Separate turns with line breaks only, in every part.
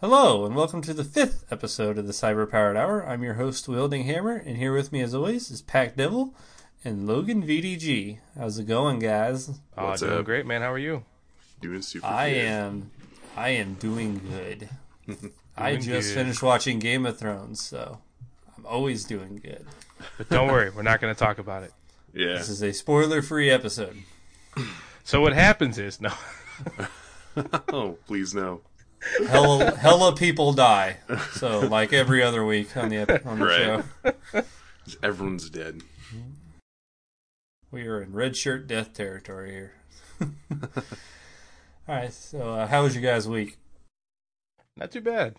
Hello, and welcome to the fifth episode of the Cyber Powered Hour. I'm your host, Wielding Hammer, and here with me, as always, is Pac Devil and Logan VDG. How's it going, guys?
Uh,
What's
doing
up?
great, man. How are you?
Doing super.
I
good.
am, I am doing good. I
Doing
just
good.
finished watching Game of Thrones, so I'm always doing good.
But don't worry, we're not going to talk about it.
Yeah.
This is a spoiler-free episode.
So what happens is no.
Oh, please no.
Hella, hella people die. So, like every other week on the ep- on the
Right.
show,
Everyone's dead.
Mm-hmm. we are in red shirt death territory here. All right. So, uh, how was your guys' week?
Not too bad.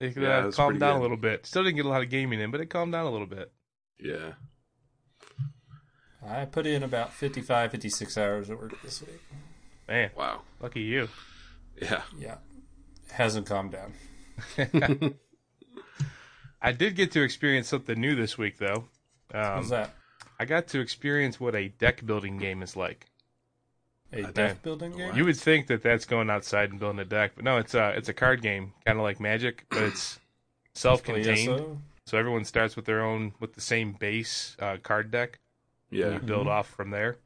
It uh,
Yeah, it was
calmed
pretty
down a
good.
little bit. Still didn't get a lot of gaming in, but it calmed down a little bit.
Yeah.
I put in about 55, 56 hours at work this week.
Man,
Wow.
lucky you.
Yeah.
Yeah. Hasn't calmed down.
I did get to experience something new this week, though.
How's
Um,
that?
I got to experience what a deck building game is like.
A
I
deck
know.
building game?
You would think that that's going outside and building a deck, but no, it's a it's a card game, kind of like Magic, but it's self-contained.
PSO?
So everyone starts with their own with the same base uh, card deck, and
Yeah.
you build off from there.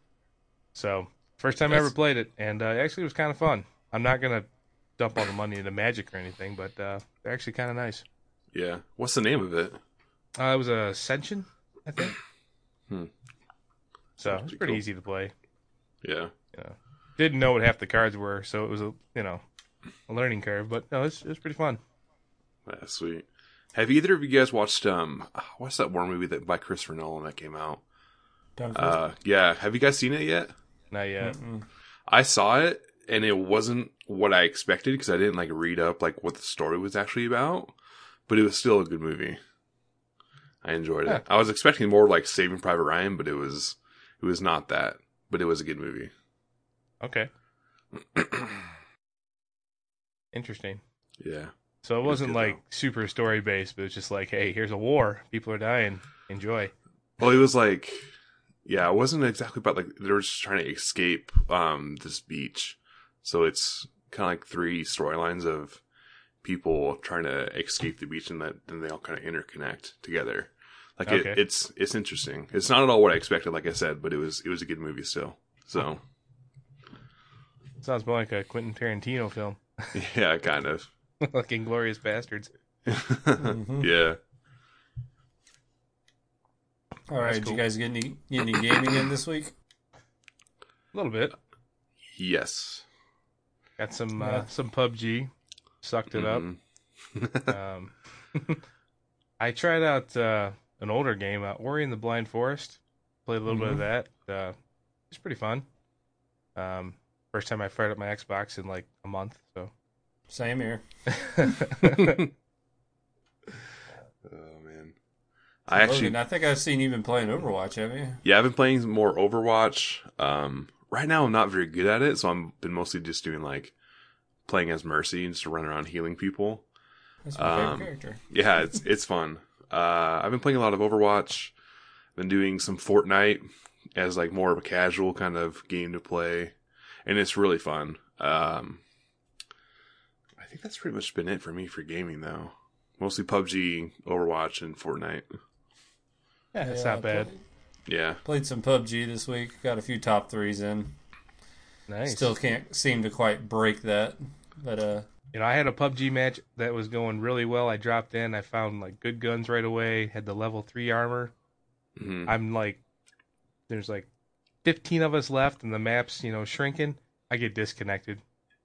So first time I
That's-
ever played it, and uh, actually it was kind of fun. I'm not gonna dump all the money into Magic or anything, but uh, they're actually kind of nice.
Yeah. What's the name of it?
Uh, it was a Ascension, I think.
Hmm.
So
Sounds
it's
pretty
pretty
cool.
easy to play.
Yeah.
Didn't know what half the cards were, so it was a you know a learning curve, but no, it's it's pretty fun.
That's Ah, sweet. Have either of you guys watched um ah, what's that war movie that by Christopher Nolan that came out?
Dark Horse?
Uh yeah. Have you guys seen it yet?
Not yet.
Mm-mm.
I saw it and it wasn't what I expected because I didn't like read up like what the story was actually about, but it was still a good movie. I enjoyed it.
Huh.
I was expecting more like Saving Private Ryan, but it was it was not that. But it was a good movie.
Okay, interesting.
Yeah.
So it
was
wasn't
good,
like
though.
super story based, but it's just like, hey, here's a war, people are dying, enjoy.
Well, it was like, yeah, it wasn't exactly about like they were just trying to escape um this beach, so it's kind of like three storylines of people trying to escape the beach, and that then they all kind of interconnect together. Like it,
Okay.
it's it's interesting. It's not at all what I expected, like I said, but it was it was a good movie still. So
Sounds more like a Quentin Tarantino film,
yeah, kind of.
like Inglorious Bastards.
Mhm.
Yeah.
All right. Did
cool.
you guys get any, get any gaming in this week?
A little bit.
Yes.
Got some
Yeah.
uh, some PUBG, sucked it up.
Mhm.
um, I tried out uh, an older game, uh, Ori and the Blind Forest. Played a little bit of that. Uh, it's pretty fun. Um, first time I fired up my Xbox in like a month, so.
Same here.
Oh man. I actually
Logan, I think I've seen you been playing Overwatch, have you?
Yeah, I've been playing more Overwatch. Um, right now, I'm not very good at it, so I'm been mostly just doing like playing as Mercy and just run around healing people.
That's my
Um,
favorite character.
Yeah, it's it's fun. Uh, I've been playing a lot of Overwatch. Been doing some Fortnite as like more of a casual kind of game to play, and it's really fun. Um, I think that's pretty much been it for me for gaming though. Mostly PUBG, Overwatch, and Fortnite.
yeah, it's
Yeah,
not bad.
Played,
Yeah,
played some PUBG this week. Got a few top threes in.
Nice.
Still can't seem to quite break that. But uh,
Oh
You know, I had a PUBG match that was going really well. I dropped in. I found like good guns right away. Had the level three armor.
hmm
I'm like, there's like 15 of us left, and the map's you know shrinking. I get disconnected,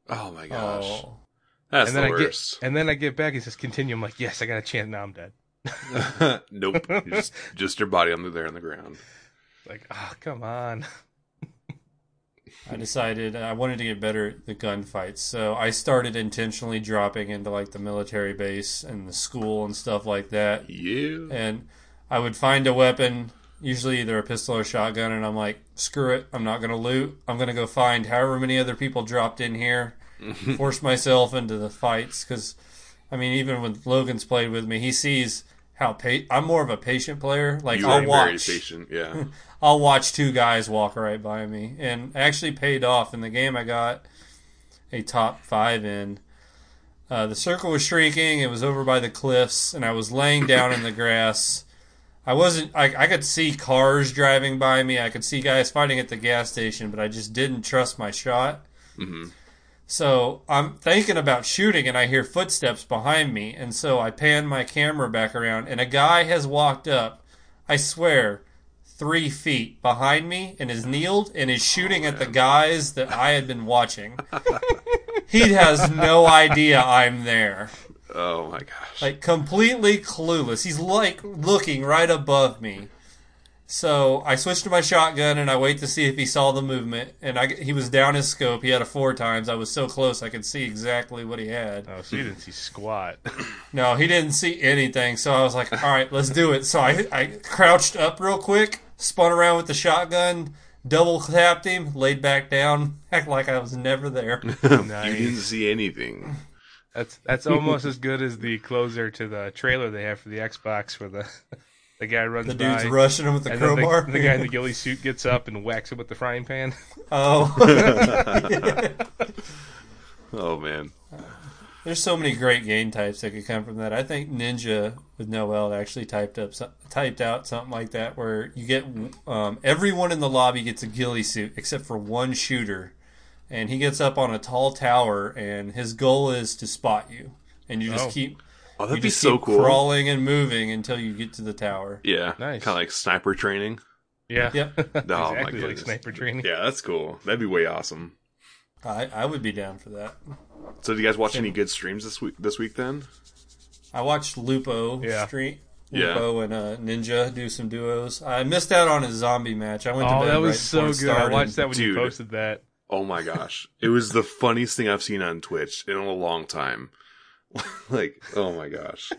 Oh my gosh,
oh,
that's
and then
the
I
worst.
get and then I get back. It says continue. I'm like, yes, I got a chance. Now I'm dead.
nope. You're Just, just your body on there on the ground.
Like, ah, come on.
I decided uh, I wanted to get better at the gunfights, so I started intentionally dropping into like the military base and the school and stuff like that.
Yeah.
And I would find a weapon, usually either a pistol or shotgun, and I'm like, screw it, I'm not gonna loot. I'm gonna go find however many other people dropped in here, force myself into the fights because, I mean, even when Logan's played with me, he sees how pa- I'm more of a patient player. Like
You
I'll
are very
watch.
patient. Yeah.
I'll watch two guys walk right by me, and it actually paid off in the game. I got a top five in, Uh, the circle was shrinking. It was over by the cliffs, and I was laying down in the grass. I wasn't. I, I could see cars driving by me. I could see guys fighting at the gas station, but I just didn't trust my shot.
hmm
So I'm thinking about shooting, and I hear footsteps behind me, and so I pan my camera back around, and a guy has walked up. I swear. Three feet behind me, and is kneeled and is shooting at the guys that I had been watching. he has no idea I'm there
Oh my gosh.
like completely clueless. He's like looking right above me. So I switched to my shotgun and I wait to see if he saw the movement. And I, he was down his scope. He had a four times. I was so close I could see exactly what he had.
Oh, so you didn't see squat.
No, he didn't see anything. So I was like, all right, let's do it. So I, I crouched up real quick, spun around with the shotgun, double tapped him, laid back down, act like I was never there.
You
nice.
didn't see anything.
That's that's almost as good as the closer to the trailer they have for the Xbox, where the the guy runs
The
by.
dude's rushing him with the
and then
crowbar.
the, the guy in the ghillie suit gets up and whacks him with the frying pan.
oh.
Oh man.
There's so many great game types that could come from that. I think Ninja with Noel actually typed up some- typed out something like that where you get um, everyone in the lobby gets a ghillie suit except for one shooter, and he gets up on a tall tower and his goal is to spot you, and you just
Oh.
keep
Oh,
you
that'd be
just
so
keep
cool.
crawling and moving until you get to the tower.
Yeah.
Nice.
Kind of like sniper training.
Yeah.
Yep.
Oh, my
exactly like
goodness.
sniper training.
Yeah, that's cool. That'd be way awesome.
I, I would be down for that.
So, did you guys watch any good streams this week? This week, then?
I watched Lupo
Yeah.
Street.
Yeah.
Lupo and uh, Ninja do some duos. I missed out on his zombie match. I went to
Oh,
bed
that
right
was so
before it
good. I
started.
watched that when you
Dude.
posted that.
Oh my gosh, it was the funniest thing I've seen on Twitch in a long time. like, oh my gosh,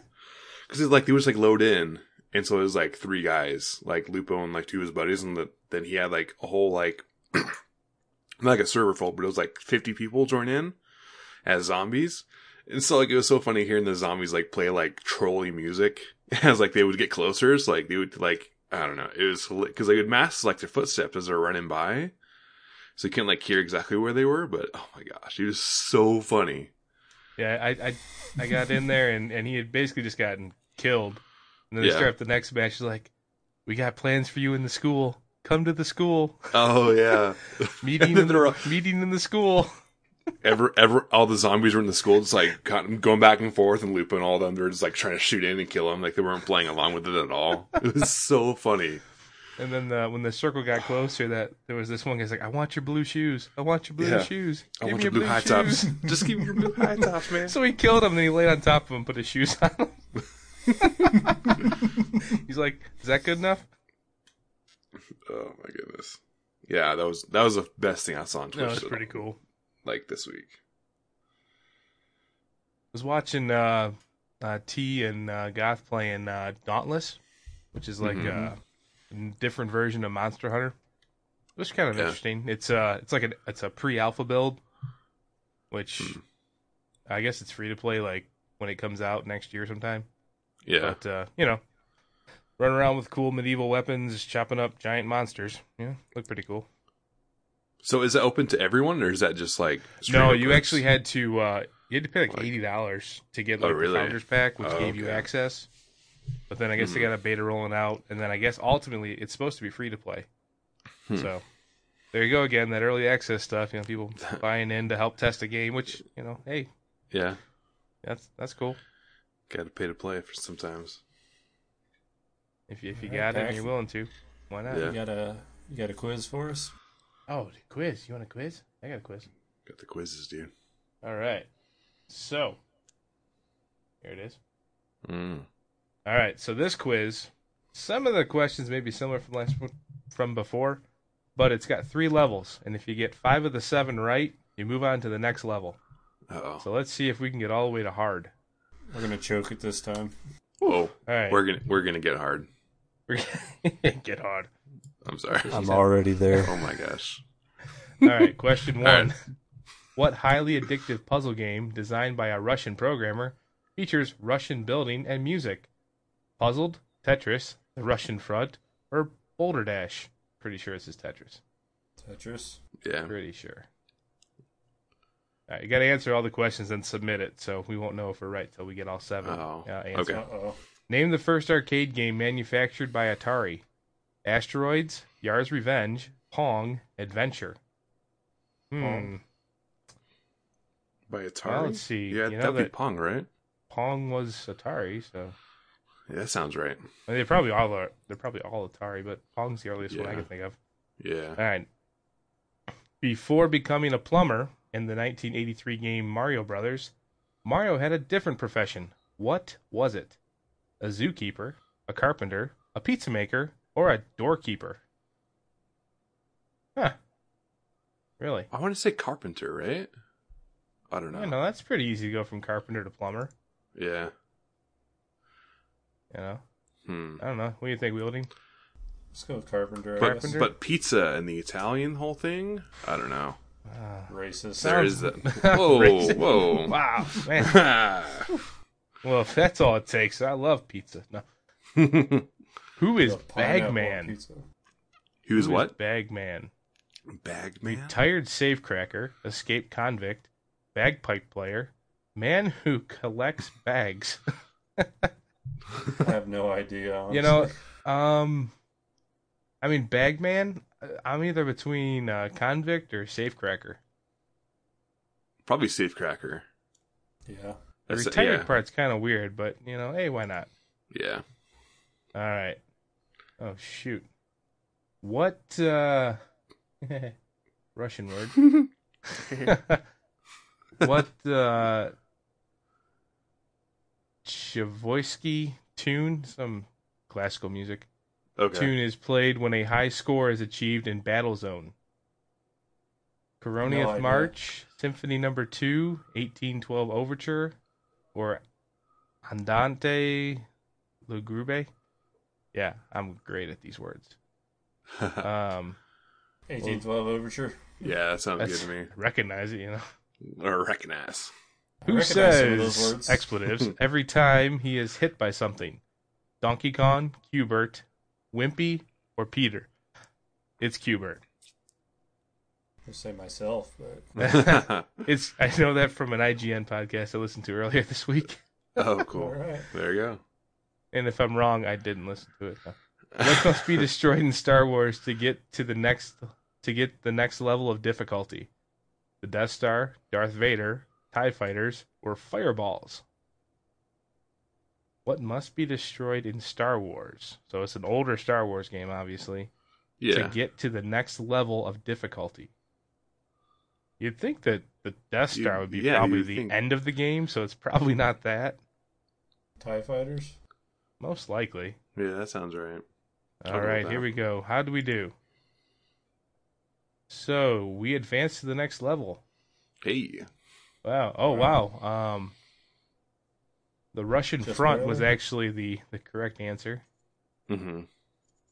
because it's like they was like load in, and so it was like three guys, like Lupo and like two of his buddies, and the, then he had like a whole like not like a server full, but it was like fifty people join in as zombies. And so like it was so funny hearing the zombies like play like trolly music as like they would get closer. It's like they would like I don't know. It was because they would mask like their footsteps as they're running by, so you couldn't like hear exactly where they were. But oh my gosh, it was so funny.
Yeah, I I, I got in there and, and he had basically just gotten killed. And then they
Yeah.
start up the next match. He's like, "We got plans for you in the school. Come to the school
Oh yeah,
meeting.
then
in
they're
the,
all-
meeting in the school.
ever ever all the zombies were in the school, just like kind of going back and forth, and Lupo and all of them. They're just like trying to shoot in and kill him. Like they weren't playing along with it at all. It was so funny.
And then the, when the circle got closer, that there was this one guy's like, "I want your blue shoes. I want your blue
Yeah.
shoes.
I
Give
want
me
your blue high
shoes."
tops. Just give me your blue high tops, man.
So he killed him, and he laid on top of him, put his shoes on him. He's like, "Is that good enough?"
Oh my goodness. Yeah, that was that was the best thing I saw on Twitch.
No, it's
that-
pretty cool.
Like this week.
was watching uh, uh, T and uh, Goth playing uh, Dauntless, which is like
Mhm.
uh, a different version of Monster Hunter. It was kind of
Yeah.
interesting. It's uh, it's like a it's a pre-alpha build, which
Hmm.
I guess it's free to play. Like when it comes out next year sometime.
Yeah,
But uh, you know, run around with cool medieval weapons, chopping up giant monsters. Yeah, look pretty cool.
So is that open to everyone, or is that just like
no,
streamer
you
groups?
actually had to uh, you had to pay like
Like-
eighty dollars to get
Oh,
like
really?
the founders pack, which
Oh,
gave you
okay.
access. But then I guess they
Hmm.
got a beta rolling out, and then I guess ultimately it's supposed to be free to play.
Hmm.
So there you go again, that early access stuff. You know, people buying in to help test a game, which you know, hey,
yeah
that's that's cool.
got to pay to play for sometimes.
If you, if you
Alright,
got it and
thanks.
you're willing to, why not?
Yeah.
You got a you got a quiz for us?
Oh, the quiz! You want a quiz? I got a quiz.
Got the quizzes, dude.
All right, so here it is.
Mm.
All right, so this quiz, some of the questions may be similar from last from before, but it's got three levels, and if you get five of the seven right, you move on to the next level.
Oh,
So let's see if we can get all the way to hard.
We're gonna choke it this time.
oh,
All right,
we're gonna we're gonna get hard.
We're gonna get hard.
I'm sorry.
I'm already there.
oh my gosh.
All right, question
right.
one: What highly addictive puzzle game designed by a Russian programmer features Russian building and music? Puzzled, Tetris, The Russian Front, or Boulder Dash? Pretty sure this is Tetris.
Tetris.
Yeah,
Pretty sure. All right, you got to answer all the questions and submit it, so we won't know if we're right till we get all seven.
Oh,
uh, answers.
Okay.
Uh oh.
Name the first arcade game manufactured by Atari: Asteroids, Yars Revenge, Pong, Adventure. Hmm.
Pong.
By
Well,
Atari.
let's see.
yeah,
you know
that'd be
that
Pong, right?
Pong was Atari, so
Yeah, that sounds right.
I mean, they probably all are. They're probably all Atari, but Pong's the earliest one I
Yeah.
can think of.
Yeah.
All right. Before becoming a plumber in the 1983 game Mario Brothers, Mario had a different profession. What was it? A zookeeper, a carpenter, a pizza maker, or a doorkeeper? Huh. Really?
I want to say carpenter, right? I don't know.
No, no, that's pretty easy to go from carpenter to plumber.
Yeah.
You know,
Hmm.
I don't know. What do you think, Wielding?
Let's go with Carpenter. I
But,
guess.
Carpenter?
but pizza and the Italian whole thing? I don't know.
Ah.
Racist.
There is
Sounds-
that. Whoa,
Racist.
whoa.
Wow, man. well, if that's all it takes, I love pizza. No.
he
Who is
The pineapple
Bagman?
pizza.
was
Who is
what?
Bagman.
Bagman?
Retired safecracker, escaped convict, bagpipe player, man who collects bags.
I have no idea.
you
honestly.
know, um, I mean, bagman. I- I'm either between uh, convict or safecracker.
Probably safecracker.
Yeah.
The
That's-
retired
yeah.
part's kind of weird, but you know, hey, why not?
Yeah.
All right. Oh shoot. What uh Russian word. what uh Chavoisky tune, some classical music.
Okay.
Tune is played when a high score is achieved in battle zone.
No
Coronieth
idea.
March, Symphony Number Two, eighteen twelve Overture, or Andante Lugubre. Yeah, I'm great at these words. Um,
1812 Overture.
yeah, that sounds
that's-
good to me.
recognize it, you know.
Or recognize.
I
Who
recognize some of those
says
words.
expletives every time he is hit by something? Donkey Kong, Cubert, Wimpy, or Peter? It's Cubert.
I say myself, but
It's I know that from an IGN podcast I listened to earlier this week.
oh,
all
cool.
right.
There you go.
And if I'm wrong, I didn't listen to it. What must be destroyed in Star Wars to get to the next to get the next level of difficulty? The Death Star, Darth Vader, Tie Fighters, or fireballs? What must be destroyed in Star Wars? So it's an older Star Wars game, obviously, to
Yeah.
get to the next level of difficulty. You'd think that the Death
You-
Star would be
yeah,
probably
you'd
the
think-
end of the game, so it's probably not that.
TIE Fighters.
Most likely.
Yeah, that sounds right. I'll
All
go with
right, here
that.
we go. How do we do? So we advance to the next level.
Hey.
Wow. Oh wow. Um the Russian
Just
front
barely.
was actually the, the correct answer.
Mm-hmm.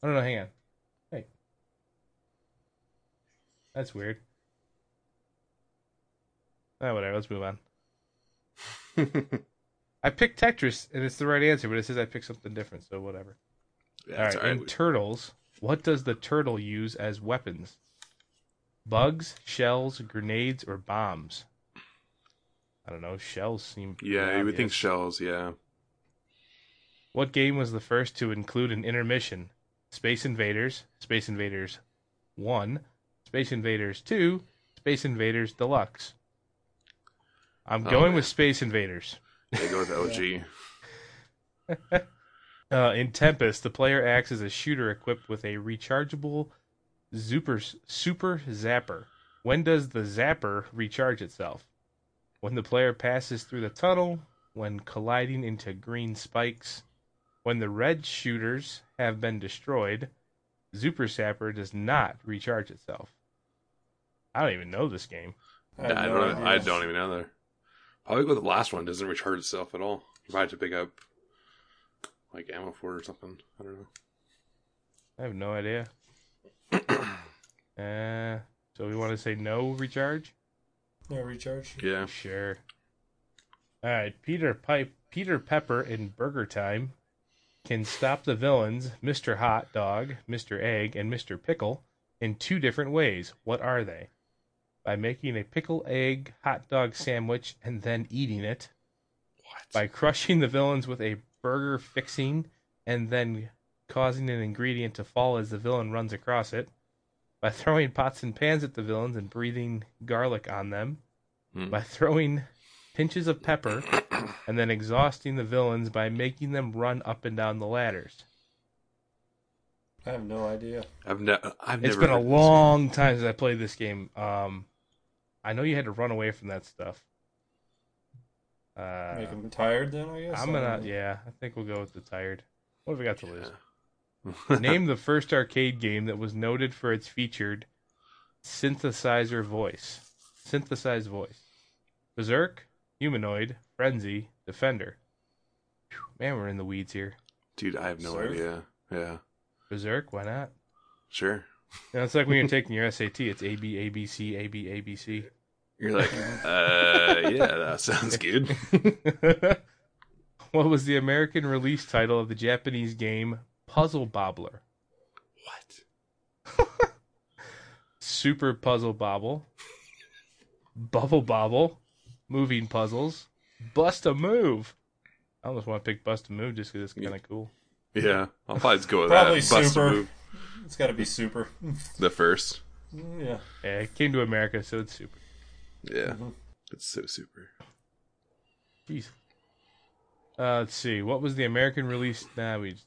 Oh no, no, hang on. Hey. That's weird. Oh, whatever, let's move on. I picked Tetris and it's the right answer, but it says I picked something different, so whatever. All right,
That's all right.
in turtles, what does the turtle use as weapons? Bugs, shells, grenades, or bombs? I don't know. Shells seem. pretty
Yeah, you would think
obvious.
shells, yeah.
What game was the first to include an intermission? Space Invaders, Space Invaders 1, Space Invaders 2, Space Invaders Deluxe. I'm
Oh,
going
man.
with Space Invaders.
They go with LG.
Uh, in Tempest, the player acts as a shooter equipped with a rechargeable super super zapper. When does the zapper recharge itself? When the player passes through the tunnel, when colliding into green spikes, when the red shooters have been destroyed, Super Sapper does not recharge itself. I don't even know this game.
have
I
no
don't.
idea.
I don't even know there. Probably go with the last one. Doesn't recharge itself at all. You might have to pick up like ammo for it or something. I don't know.
I have no idea. uh, so we want to say no recharge?
No recharge.
Yeah.
Sure. All right, Peter Pipe, Peter Pepper in Burger Time can stop the villains, Mr. Hot Dog, Mr. Egg, and Mr. Pickle in two different ways. What are they? by making a pickle egg hot dog sandwich and then eating it,
What?
by crushing the villains with a burger fixing and then causing an ingredient to fall as the villain runs across it, by throwing pots and pans at the villains and breathing garlic on them,
Hmm.
by throwing pinches of pepper and then exhausting the villains by making them run up and down the ladders.
I have no idea.
I've, ne- I've
It's
never.
been a
heard of this.
long time since I played this game. Um, I know you had to run away from that stuff. Uh,
Make him tired then, I guess.
I'm
I don't
gonna,
know.
yeah, I think we'll go with the tired. What have we got to lose?
Yeah.
Name the first arcade game that was noted for its featured synthesizer voice. Synthesized voice. Berserk, Humanoid, Frenzy, Defender. Phew, man, we're in the weeds here.
Dude, I have no
Surf?
idea. Yeah,
Berserk, why not?
sure.
You know, it's like when you're taking your SAT, it's A B A B C A B A B C.
You're like, uh, yeah, that sounds good.
what was the American release title of the Japanese game Puzzle Bobbler?
What?
Super Puzzle Bobble, Bubble Bobble, Moving Puzzles, Bust a Move. I almost want to pick Bust a Move just because it's kind of cool.
Yeah, I'll probably just go with
Probably
that. Bust a
super.
move.
It's got to be super.
The first.
yeah.
Yeah, it came to America, so it's super.
Yeah,
Mhm.
it's so super.
Jeez. Uh, let's see. What was the American release? Nah, we just.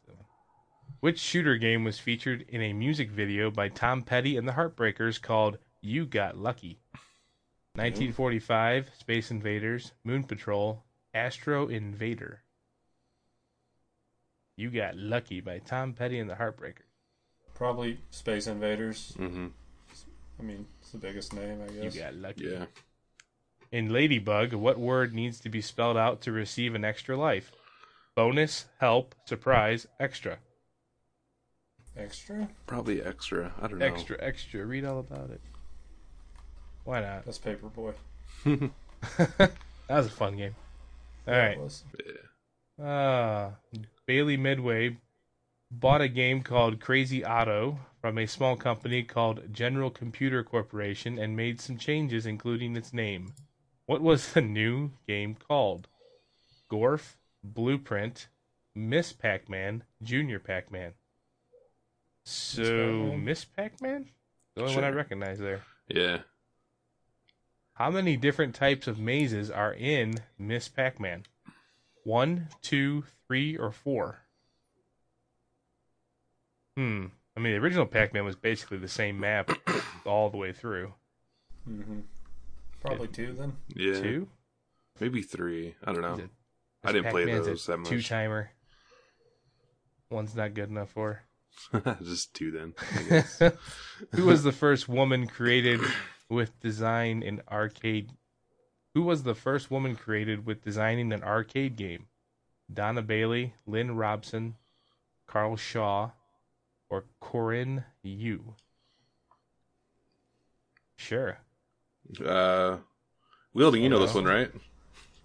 Which shooter game was featured in a music video by Tom Petty and the Heartbreakers called "You Got Lucky"? 1945, Space Invaders, Moon Patrol, Astro Invader. You Got Lucky by Tom Petty and the Heartbreakers.
Probably Space Invaders.
Mm-hmm.
I mean, it's the biggest name, I
You
guess.
got lucky.
Yeah.
In Ladybug, what word needs to be spelled out to receive an extra life? Bonus, help, surprise, extra.
Extra?
Probably extra. I don't know.
Extra, extra. Read all about it. Why not?
That's Paperboy.
that was a fun game. All right.
That was-
Uh, Bailey Midway bought a game called Crazy Auto from a small company called General Computer Corporation and made some changes, including its name. What was the new game called? Gorf, Blueprint, Miss Pac Man, Junior Pac Man. So,
Pac-Man.
Miss Pac Man? The only one I
Sure.
recognize there.
Yeah.
How many different types of mazes are in Miss Pac Man? One, two, three, or four? Hmm. I mean, the original Pac Man was basically the same map all the way through.
mhm. Probably two then.
Yeah.
Two?
Maybe three. I don't
Is
know.
it-
I didn't play
Pac-Man's a
those that much.
Two timer. One's not good enough for. her.
Just two then. I guess.
who was the first woman created with design an arcade? Who was the first woman created with designing an arcade game? Donna Bailey, Lynn Robson, Carl Shaw, or Corinne Yu? Sure.
uh, Wielding, you know this one, right?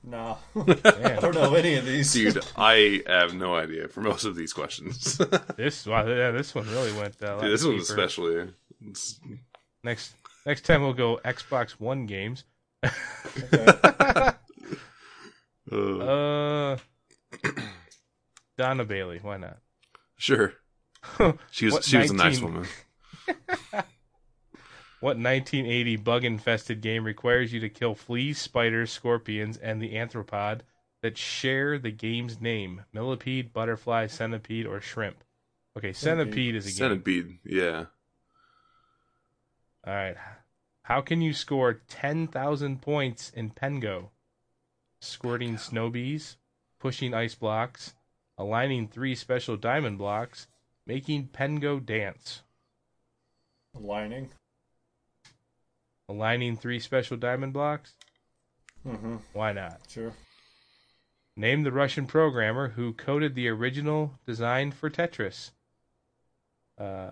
Nah. I don't know any of these.
Dude, I have no idea for most of these questions. Dude,
This wow, yeah, this one really went. Uh, a lot
this one
deeper.
especially. It's-
Next next time we'll go Xbox One games.
Okay.
uh,
Uh, Donna Bailey, why not?
sure. She was
What
she was a nice
19
woman.
What 1980 bug infested game requires you to kill fleas, spiders, scorpions, and the anthropod that share the game's name? Millipede, butterfly, centipede, or shrimp? Okay, centipede is a game.
Centipede. Yeah.
All right. How can you score 10,000 points in Pengo? Squirting snow bees, pushing ice blocks, aligning three special diamond blocks, making Pengo dance.
Lining.
Aligning three special diamond blocks?
Mm-hmm.
Why not?
Sure.
Name the Russian programmer who coded the original design for Tetris. Uh,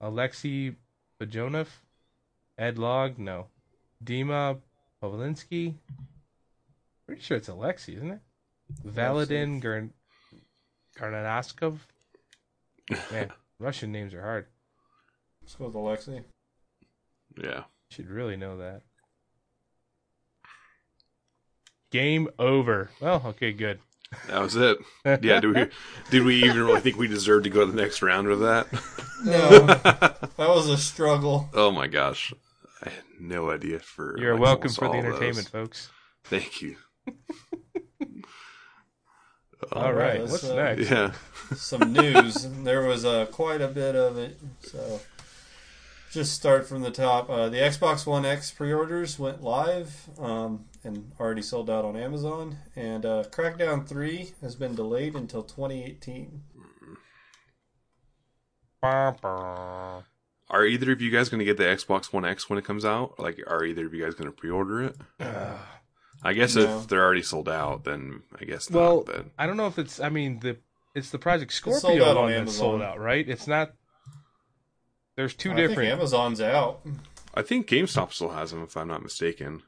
Alexei Bajonov, Ed Log, no, Dima Povolinsky. Pretty sure it's Alexei, isn't it? Valadin Gar- Garnaskov. Man, Russian names are hard.
Let's go with Alexi.
Yeah.
Should really know that. Game over. Well, okay, good.
That was it. Yeah, do we did we even really think we deserved to go to the next round with that?
No, that was a struggle.
Oh my gosh. I had no idea for
You're
like,
welcome
almost
for the
all of those.
entertainment, folks.
Thank you.
All right,
let's,
what's
uh,
next?
Yeah.
Some news. there was uh, quite a bit of it. So just start from the top. Uh, the Xbox One X pre-orders went live um, and already sold out on Amazon. And uh, Crackdown 3 has been delayed until 2018.
Bah, bah.
Are either of you guys going to get the Xbox One X when it comes out? Like, are either of you guys going to pre-order it?
Ah.
I guess
No.
if they're already sold out, then I guess not.
Well,
but
I don't know if it's. I mean, the it's the Project
sold
Scorpio
out on
one that's sold
Amazon.
out, right? It's not. There's two
I
different.
think Amazon's out.
I think GameStop still has them, if I'm not mistaken.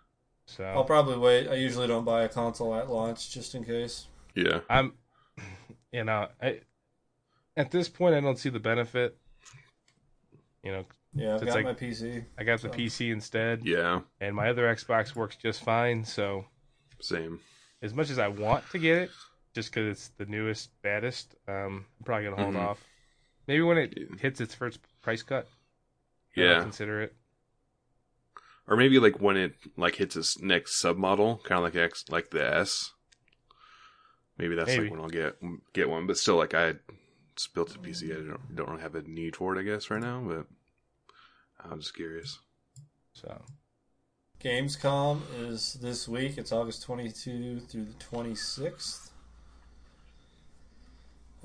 so
I'll probably wait. I usually don't buy a console at launch just in case.
Yeah,
I'm, you know, I, at this point, I don't see the benefit. You know,
Yeah, I've
It's
got
like-
my PC.
I got the
So-
PC instead,
yeah,
and my other Xbox works just fine. So,
same.
as much as I want to get it, just because it's the newest, baddest, um, I'm probably gonna hold
Mhm.
off. Maybe when it
Yeah.
hits its first price cut, then I'll
Yeah,
consider it.
or maybe like when it like hits its next submodel, kind of like X, like the S. Maybe that's
Maybe.
like when I'll get get one, but still, like I it's built to PC, I don't, don't really have a need for it, I guess, right now. But I'm just curious.
So,
Gamescom is this week. It's August 22 through the 26th.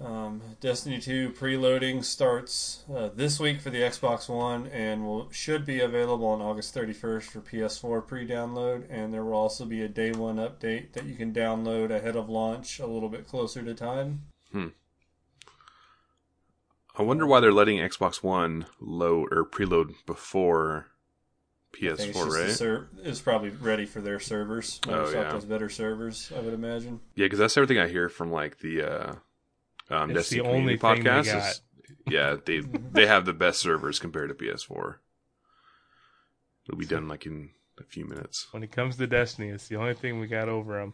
Um, Destiny 2 preloading starts uh, this week for the Xbox One and will should be available on August 31st for PS4 pre-download. And there will also be a day one update that you can download ahead of launch, a little bit closer to time.
I wonder why they're letting Xbox One load or preload before
I think
PS4,
it's, just
right?
the ser- it's probably ready for their servers.
Oh,
Microsoft
yeah.
has better servers, I would imagine.
Yeah, because that's everything I hear from like the uh, um,
It's
Destiny
the only
Community
thing
podcast.
they
is- yeah, they they have the best servers compared to PS4. It'll be done like in a few minutes.
when it comes to Destiny, it's the only thing we got over them.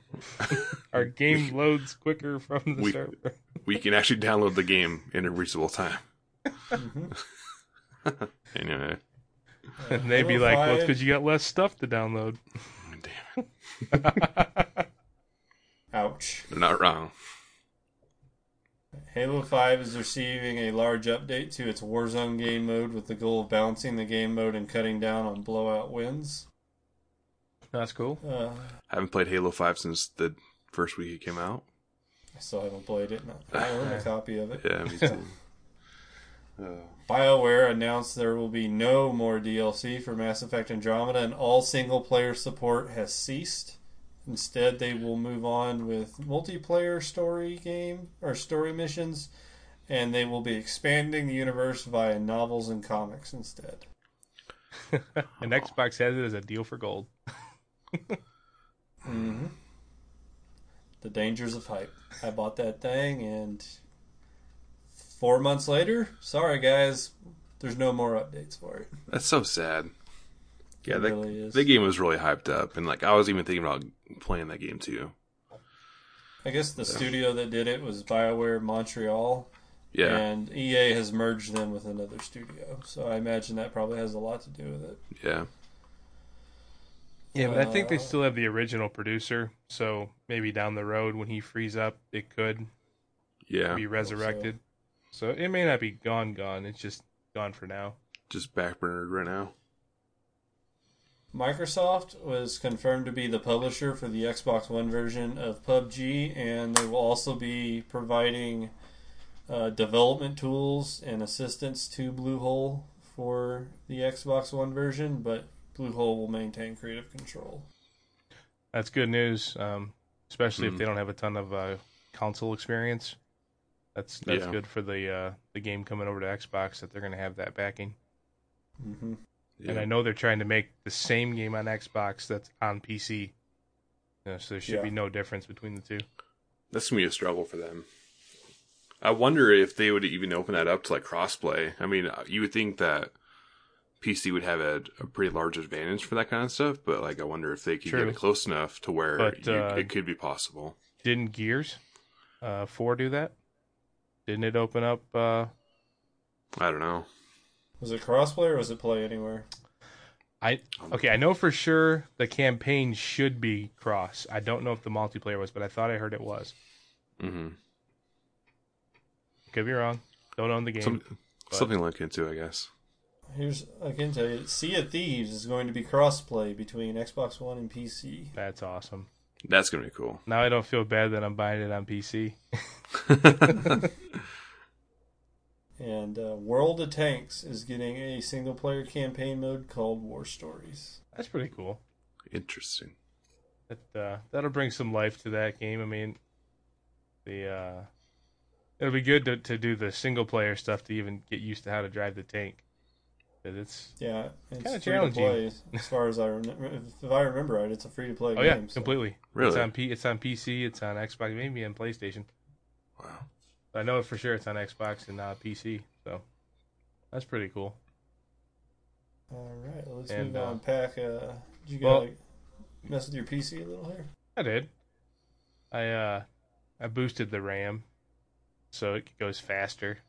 Our game loads quicker from the
We-
server.
We can actually download the game in a reasonable time.
Mhm.
Mm-hmm.
Anyway,
Uh,
And they'd be
Halo
like, well, it's
5
because you got less stuff to download.
damn,
Ouch.
they're not wrong.
Halo 5 is receiving a large update to its Warzone game mode with the goal of balancing the game mode and cutting down on blowout wins.
That's cool.
Uh,
I haven't played Halo Five since the first week it came out.
I still haven't played it. and I own a copy of it.
Yeah, me too. Oh.
BioWare announced there will be no more DLC for Mass Effect Andromeda and all single player support has ceased. Instead, they will move on with multiplayer story game or story missions and they will be expanding the universe via novels and comics instead.
And Xbox has it as a deal for gold.
hmm The dangers of hype. I bought that thing, and four months later, sorry guys, there's no more updates for it.
That's so sad. Yeah,
It
that,
really is.
that game was really hyped up, and like I was even thinking about playing that game too.
I guess the studio that did it was BioWare Montreal, and EA has merged them with another studio. So I imagine that probably has a lot to do with it.
yeah. yeah.
Yeah, but I think they
Uh,
still have the original producer. So maybe down the road when he frees up, it could
Yeah,
be resurrected. So it may not be gone, gone. It's just gone for now.
just backburnered right now.
Microsoft was confirmed to be the publisher for the Xbox One version of PUBG, and they will also be providing uh, development tools and assistance to Bluehole for the Xbox One version, but Bluehole will maintain creative control.
That's good news, um, especially
Mhm.
if they don't have a ton of uh, console experience. That's that's
Yeah.
good for the uh, the game coming over to Xbox that they're going to have that backing.
Mm-hmm.
Yeah.
And I know they're trying to make the same game on Xbox that's on PC. You know, so there should
Yeah.
be no difference between the two.
That's gonna be a struggle for them. uh, I wonder if they would even open that up to like crossplay. I mean, you would think that PC would have a, a pretty large advantage for that kind of stuff, but like I wonder if they could get
True.
it close enough to where
But,
you,
uh,
it could be possible.
Didn't Gears uh, 4 do that? Didn't it open up? Uh,
I don't know.
Was it crossplay or was it play anywhere?
I Okay, I know for sure the campaign should be cross. I don't know if the multiplayer was, but I thought I heard it was.
hmm
Could be wrong. Don't own the game.
Some,
but-
something like it too, I guess.
Here's I can tell you, Sea of Thieves is going to be crossplay between Xbox One and PC.
That's awesome.
That's gonna be cool.
Now I don't feel bad that I'm buying it on PC.
And uh, World of Tanks is getting a single-player campaign mode called War Stories.
That's pretty cool.
Interesting.
That uh, that'll bring some life to that game. I mean, the uh, it'll be good to, to do the single player stuff to even get used to how to drive the tank. 'Cause it's
Yeah, it's
Kinda
free to play as far as I remember. If I remember right, it's a free-to-play
oh
game.
yeah,
so-
completely. It's
Really?
on P. It's on PC. It's on Xbox. Maybe on PlayStation.
Wow.
I know for sure it's on Xbox and uh, PC. So that's pretty cool.
All right, well, let's
And,
move
uh,
on. Pack. Uh, did you
well-
gotta mess with your PC a little here?
I did. I uh, I boosted the RAM, so it goes faster.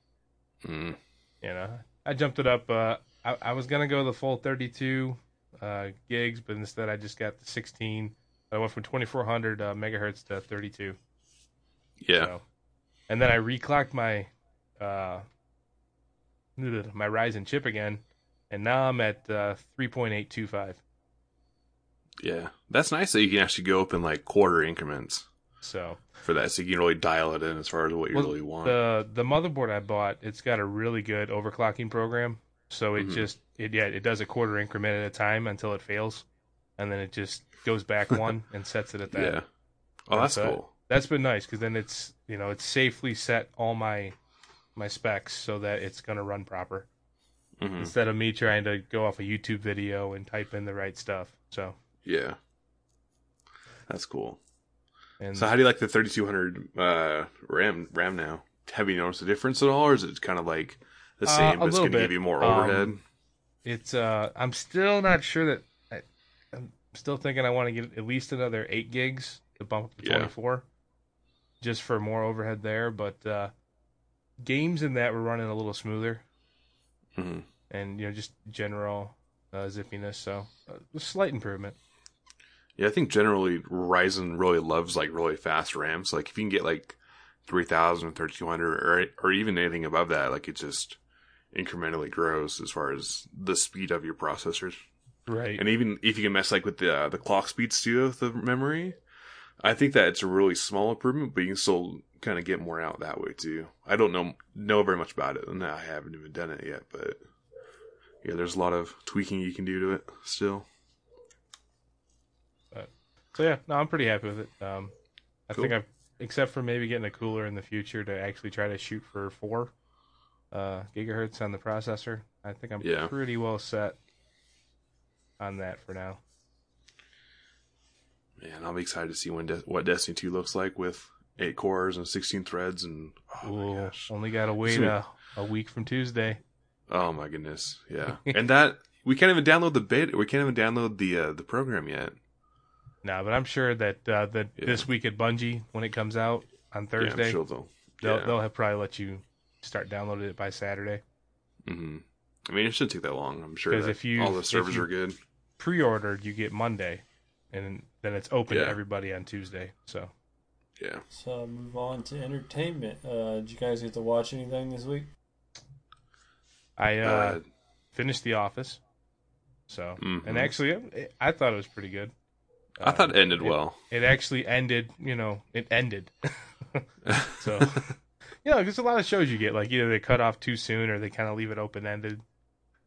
Mm.
you know i jumped it up uh i, I was gonna go the full 32 uh gigs but instead i just got the 16 i went from 2400 uh, megahertz to 32
Yeah.
so. and then i reclocked my uh my ryzen chip again and now i'm at uh 3.825
Yeah. That's nice that you can actually go up in like quarter increments
so
for that, so you can really dial it in as far as what you
Well,
really want.
the the motherboard i bought it's got a really good overclocking program so it
Mhm.
just it yeah it does a quarter increment at a time until it fails and then it just goes back one and sets it at that
yeah. Oh, that's
That's, uh,
cool.
that's been nice because then it's you know it's safely set all my my specs so that it's going to run proper
hmm
instead of me trying to go off a youtube video and type in the right stuff so
Yeah. That's cool.
and
So, how do you like the 3200 uh, RAM RAM now? Have you noticed a difference at all, or is it kind of like the
Uh,
same,
a
but it's
little
going to
bit.
give you more
Um,
overhead?
it's uh i'm still not sure that I, i'm still thinking i want to get at least another 8 gigs to bump up to
Yeah.
24 just for more overhead there but uh games in that were running a little smoother
hmm
and you know just general uh, zippiness so uh, slight improvement
Yeah, I think generally Ryzen really loves like really fast RAM. So like if you can get like 3000 or 3200 or or even anything above that, like it just incrementally grows as far as the speed of your processors.
right
And even if you can mess like with the uh, the clock speeds too of the memory, I think that it's a really small improvement, but you can still kind of get more out that way too. I don't know know very much about it, and I haven't even done it yet. But yeah, there's a lot of tweaking you can do to it still.
So yeah, no, I'm pretty happy with it. Um, I
Cool.
think I've, except for maybe getting a cooler in the future to actually try to shoot for four uh, gigahertz on the processor. I think I'm
Yeah.
pretty well set on that for now.
Man, I'll be excited to see when De- what Destiny 2 looks like with eight cores and 16 threads and oh
Ooh,
my gosh.
only gotta wait
Shoot.
a, a week from Tuesday.
Oh my goodness. Yeah. and that we can't even download the bit. We can't even download the uh, the program yet.
No, but I'm sure that uh, that
Yeah.
this week at Bungie when it comes out on
Yeah, I'm
Thursday,
sure they'll-
they'll
yeah.
they'll have probably let you start downloading it by Saturday.
Mhm. I mean, it shouldn't take that long. I'm sure
'Cause
that
if you-
all the
if
servers
you-
are good.
Pre-ordered, you get Monday, and then it's open
Yeah.
to everybody on Tuesday. So.
Yeah.
So move on to entertainment. Uh, did you guys get to watch anything this week?
I uh,
Uh,
finished The Office. So,
Mhm.
and actually, it, I thought it was pretty good.
I thought it ended
it-
well.
It actually ended, you know, it ended. so, you know, there's a lot of shows you get like either they cut off too soon or they kind of leave it open ended.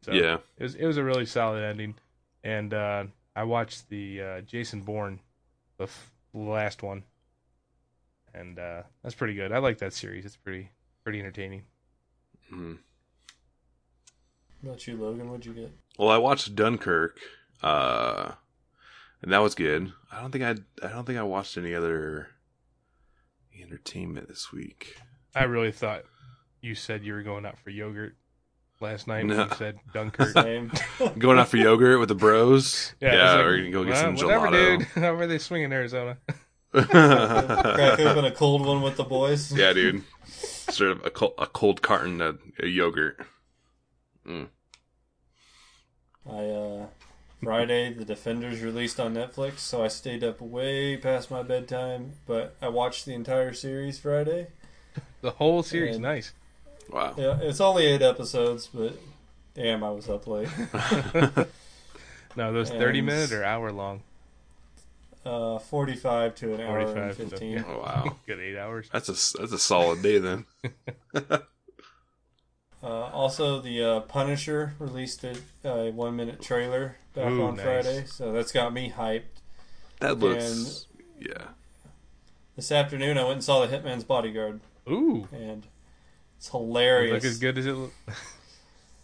So,
yeah.
it was it was a really solid ending. And uh, I watched the uh, Jason Bourne, the f- last one, and uh, that's pretty good. I like that series. It's pretty pretty entertaining.
Mhm.
What about you, Logan? What'd you get?
Well, I watched Dunkirk, uh, and that was good. I don't think I I don't think I watched any other entertainment this week.
I really thought you said you were going out for yogurt. last night
No.
when you said Dunkirk.
Same.
Going out for yogurt with the bros. Yeah,
I was like,
we're gonna go get
"Well,
some
whatever,
gelato.
dude. How are they swinging Arizona?
Crack open a cold one with the boys.
yeah, dude. Sort of a cold, a cold carton of yogurt.
I uh Friday the Defenders released on Netflix, so I stayed up way past my bedtime, but I watched the entire series Friday.
The whole series,
Yeah.
nice.
Wow.
Yeah, it's only 8 episodes, but damn, I was up late.
No, those
And-
thirty minute or hour long.
Uh 45 to an hour
45 to-
and 15.
yeah.
Oh, Wow.
Good eight hours.
That's a that's a solid day then.
Uh, also, the uh, Punisher released a, a one minute trailer back
Ooh,
on
nice.
Friday, so that's got me hyped.
That looks yeah.
This afternoon, I went and saw The Hitman's Bodyguard,
Ooh,
and it's
does it
hilarious.
look as good as it. lo-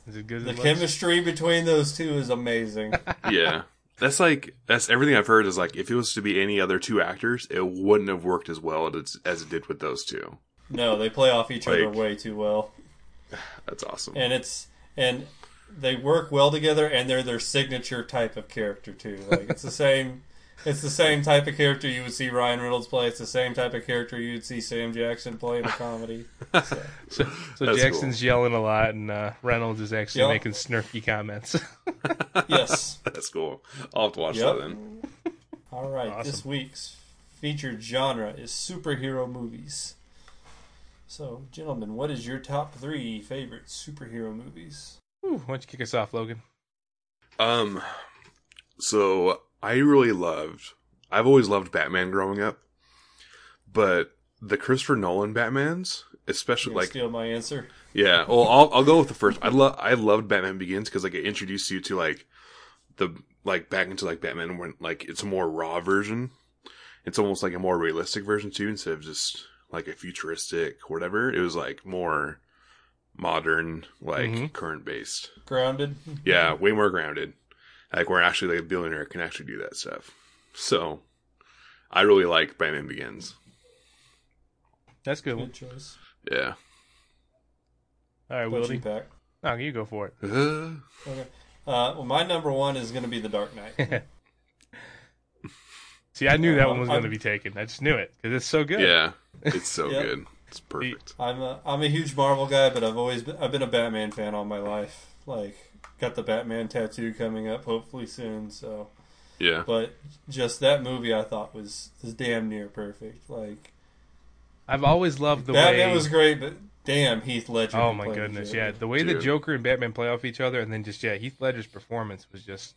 Is it good? As
The
it looks?
chemistry between those two is amazing.
Yeah. That's like that's everything I've heard is like if it was to be any other two actors, it wouldn't have worked as well as as it did with those two.
no, they play off each other
Like-
way too well,
That's awesome.
and it's and they work well together, and they're their signature type of character too. Like it's the same. It's the same type of character you would see Ryan Reynolds play. It's the same type of character you'd see Sam Jackson play in a comedy. So.
So, so
That's
Jackson's yelling a lot, and uh, Reynolds is actually
Yeah.
making snarky comments.
yes.
That's cool. I'll have to watch
Yep.
that then.
All right. This week's featured genre is superhero movies. So, gentlemen, what is your top three favorite superhero movies?
Ooh, why don't you kick us off, Logan?
Um so I really loved I've always loved Batman growing up. But the Christopher Nolan Batmans,
You
especially
gonna
like
steal my answer.
Yeah, well, I'll I'll go with the first. I love I loved Batman Begins because like it introduced you to like the like back into like Batman when like it's a more raw version. It's almost like a more realistic version too, instead of just like a futuristic whatever. It was like more modern, like
Mhm.
current based.
Grounded.
Yeah, way more grounded. Like where actually like a billionaire can actually do that stuff. So, I really like Batman Begins.
That's a good. One.
Good choice.
Yeah.
All right,
What you
Willie.
pack?
No, you go for
Okay. Uh, well, my number one is going to be The Dark Knight.
it. See, I knew that one was
I'm-
going to be taken. I just knew it because it's so good.
yeah, it's so
Yep.
good. It's perfect.
I'm a, I'm a huge Marvel guy, but I've always been, I've been a Batman fan all my life. Like, got the Batman tattoo coming up hopefully soon. So,
Yeah.
but just that movie I thought was, was damn near perfect. Like,
I've always loved the
Batman
way.
was great, but damn, Heath Ledger.
oh
can
my
play the
goodness,
Joker.
yeah. The way the
Dude.
Joker and Batman play off each other, and then just yeah, Heath Ledger's performance was just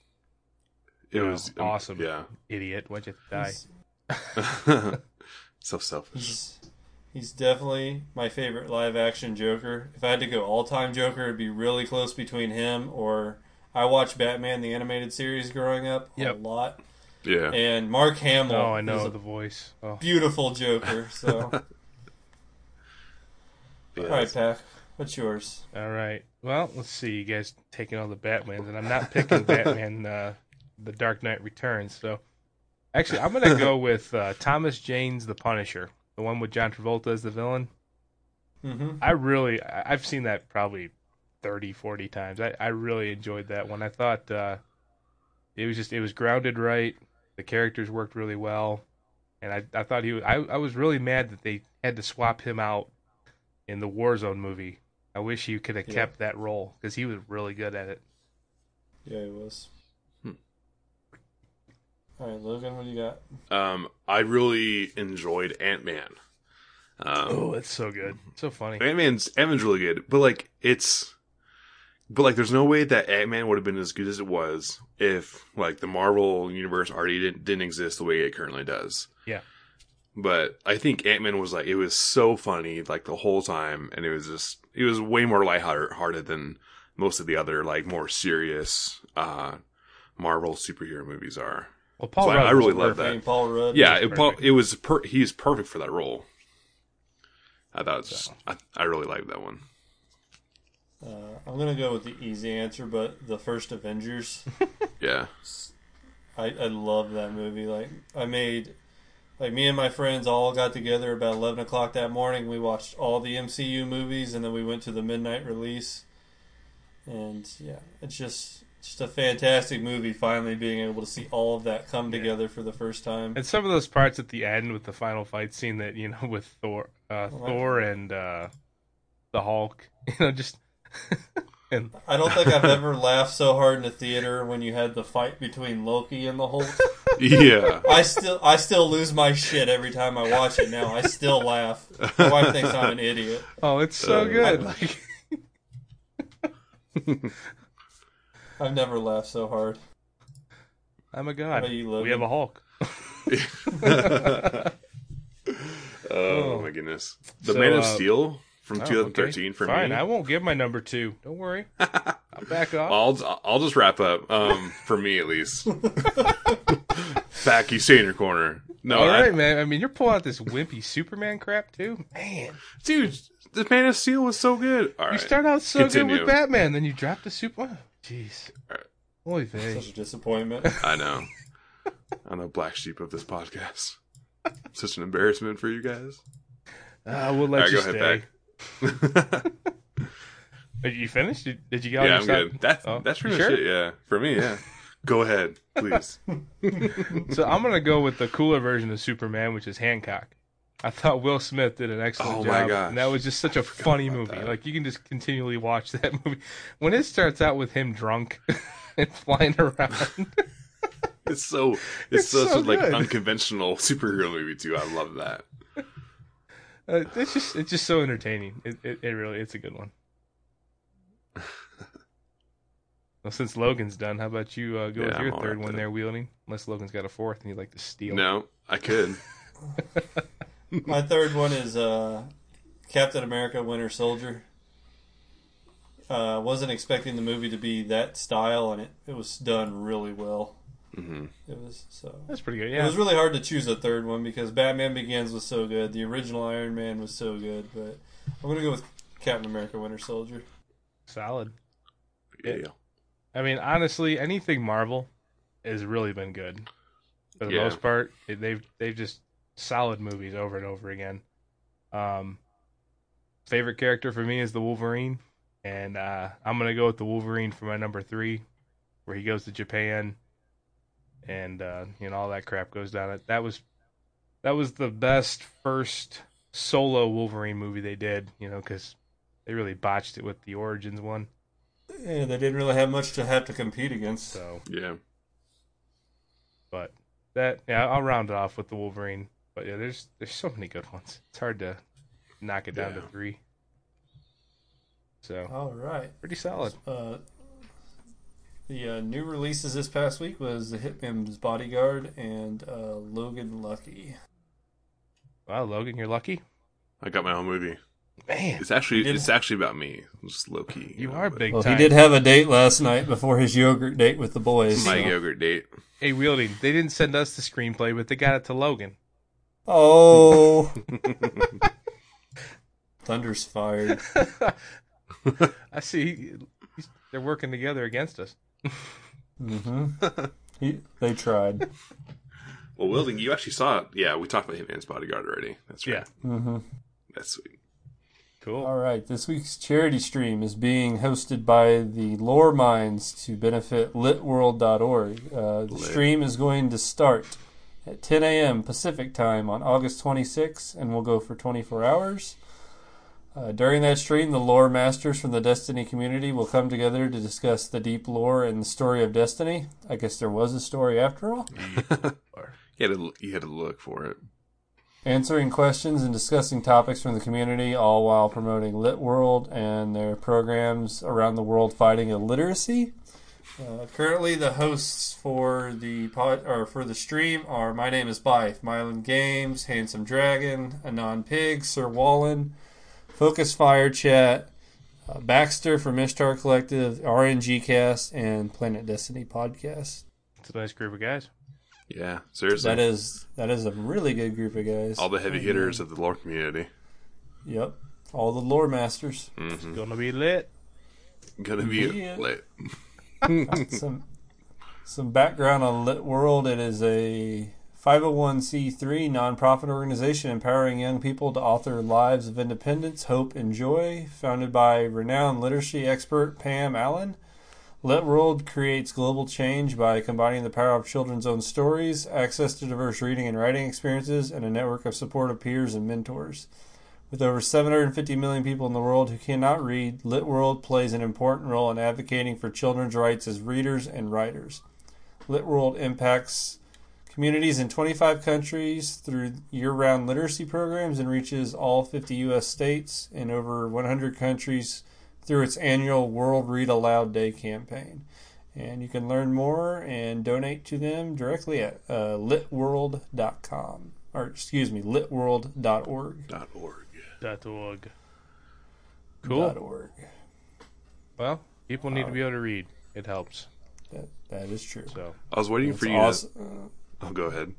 It
Yeah,
was um,
awesome.
Yeah.
idiot. Why'd you have to die?
He's,
so selfish.
he's, he's definitely my favorite live action Joker. If I had to go all time Joker, it'd be really close between him or I watched Batman the animated series growing up
Yep.
a lot,
Yeah.
and Mark Hamill.
Oh, I
is
know
a
the voice. Oh,
beautiful Joker. So,
Yeah,
all right, Pack, what's yours?
all right. Well, let's see. You guys taking all the Batmans, and I'm not picking Batman. Uh, the Dark Knight Returns. So, actually, I'm gonna go with uh, Thomas Jane's The Punisher, the one with John Travolta as the villain.
Mm-hmm.
I really, I- I've seen that probably 30, 40 times. I, I really enjoyed that one. I thought uh, it was just, it was grounded right. The characters worked really well. And I, I thought he was, I, I was really mad that they had to swap him out in the Warzone movie. I wish he could have
Yeah.
kept that role because he was really good at it.
Yeah, he was.
Hmm.
All right, Logan, what do you got?
Um, I really enjoyed Ant Man. Um,
Oh, it's so good. So funny.
Ant Man's Ant Man's really good, but like it's, but like there's no way that Ant Man would have been as good as it was if like the Marvel universe already didn't, didn't exist the way it currently does.
Yeah.
But I think Ant Man was like it was so funny like the whole time, and it was just it was way more lighthearted than most of the other like more serious uh Marvel superhero movies are.
Well, Paul
So I-
Rudd
I
was
really love
perfect.
Being Paul Rudd.
Yeah,
He's
it, Paul, it was per, he is perfect for that role. I thought it was just, I, I really liked that one.
Uh, I'm gonna go with the easy answer, but the first Avengers.
Yeah,
I, I love that movie. Like I made, like me and my friends all got together about eleven o'clock that morning. We watched all the MCU movies, and then we went to the midnight release. And yeah, it's just just a fantastic movie. Finally being able to see all of that come together for the first time.
And some of those parts at the end with the final fight scene that you know with Thor,
Well,
uh,
that-
Thor and uh, the Hulk, you know, just and
I don't think I've ever laughed so hard in a theater when you had the fight between Loki and the Hulk.
yeah.
I still I still lose my shit every time I watch it now. I still laugh. My wife thinks I'm an idiot.
oh, it's so
Uh,
good. Like,
I've never laughed so hard.
I'm a
How
god.
about you, Logan?
We have a Hulk.
oh, my goodness. The
Oh. So,
Man
uh,
of Steel from
Oh,
2013
okay.
for
Fine,
me.
I won't give my number two. Don't worry. I'll back off.
I'll I'll just wrap up. Um, for me at least. Back, you stay in your corner. No,
All
I-
right, man. I mean, you're pulling out this wimpy Superman crap too, man.
dude, the Man of Steel was so good. All right,
You start out so
Continue.
good with Batman, then you drop the Superman. Jeez.
All
Oy vey.
Such a disappointment.
I know. I'm the black sheep of this podcast. Such an embarrassment for you guys.
Ah, we'll
All
let
right,
you
go
stay.
ahead,
Are you finished? Did, did you get all
yeah,
your
I'm
stuff?
good. That's
Oh,
that's pretty
you
much
sure?
it. Yeah, for me, yeah. Go ahead, please.
So I'm gonna go with the cooler version of Superman, which is Hancock. I thought Will Smith did an excellent
Oh
job,
my gosh.
and that was just such a funny movie.
that.
Like you can just continually watch that movie. When it starts out with him drunk and flying around,
It's so it's,
It's
such
so
a like
good.
unconventional superhero movie too. I love that.
uh, it's just it's just so entertaining. It, it it really it's a good one. Well, since Logan's done, how about you uh, go
Yeah,
with
I'm
your
all
third
wrapped
one
up.
there, Wielding? Unless Logan's got a fourth and you'd like to steal.
No, I could.
My third one is uh, Captain America: Winter Soldier. Uh, wasn't expecting the movie to be that style, and it, it was done really well.
hmm
It was so.
That's pretty good.
It
Yeah.
was really hard to choose a third one because Batman Begins was so good, the original Iron Man was so good, but I'm gonna go with Captain America: Winter Soldier.
Solid.
Yeah,
Yeah. I mean, honestly, anything Marvel has really been good for the
Yeah.
most part. It- They've they've just solid movies over and over again. Um, favorite character for me is the Wolverine, and uh, I'm gonna go with the Wolverine for my number three, where he goes to Japan, and uh, you know all that crap goes down. It that was that was the best first solo Wolverine movie they did, you know, because they really botched it with the Origins one.
Yeah, they didn't really have much to have to compete against.
So
yeah.
but that yeah, I'll round it off with the Wolverine. But yeah, there's there's so many good ones. It's hard to knock it down to
Yeah.
three. So
All right.
pretty solid.
Uh, the uh, new releases this past week was The Hitman's Bodyguard and uh, Logan Lucky.
Wow, Logan, you're lucky.
I got my own movie.
Man,
It's actually
didn't-
it's actually about me. I'm just low key.
you are big
Well,
time.
he did have a date last night before his yogurt date with the boys.
My
so-
yogurt date.
Hey, Wielding, they didn't send us the screenplay, but they got it to Logan.
Oh. Thunder's fired.
I see. he- he's- they're working together against us.
hmm He, they tried.
Well, Wilding, you actually saw it. Yeah, we talked about Hitman's Bodyguard already. That's right.
Yeah.
hmm
That's sweet.
Cool.
All right. This week's charity stream is being hosted by the Lore Minds to benefit litworld.org. Uh, the stream is going to start at 10 a.m. Pacific time on August 26th and will go for 24 hours. Uh, during that stream, the lore masters from the Destiny community will come together to discuss the deep lore and the story of Destiny. I guess there was a story after all.
You had, to, you had to look for it.
answering questions and discussing topics from the community, all while promoting Lit World and their programs around the world fighting illiteracy. Uh, currently, the hosts for the pod or for the stream are my name is Bife, Mylan Games, Handsome Dragon, Anon Pig, Sir Wallen, Focus Fire Chat, uh, Baxter from Ishtar Collective, RNG Cast, and Planet Destiny Podcast.
It's a nice group of guys.
Yeah, seriously.
That is that is a really good group of guys.
All the heavy hitters of the lore community.
Yep. All the lore masters.
hmm
Gonna be lit.
Gonna be
Yeah.
lit.
some some background on Lit World. It is a 501c3 nonprofit organization empowering young people to author lives of independence, hope, and joy. Founded by renowned literacy expert Pam Allen, Lit World creates global change by combining the power of children's own stories, access to diverse reading and writing experiences, and a network of supportive peers and mentors. With over 750 million people in the world who cannot read, Lit World plays an important role in advocating for children's rights as readers and writers. Lit World impacts communities in 25 countries through year round literacy programs and reaches all 50 U.S. states and over 100 countries through its annual World Read Aloud Day campaign. And you can learn more and donate to them directly at uh, litworld.com, or excuse me, litworld.org.
Dot org.
Dot org. Cool.
Dot org.
Well, people need to be able to read. It helps.
That, that is true.
So
I was waiting
It's
for you.
awes-
To, oh, go ahead.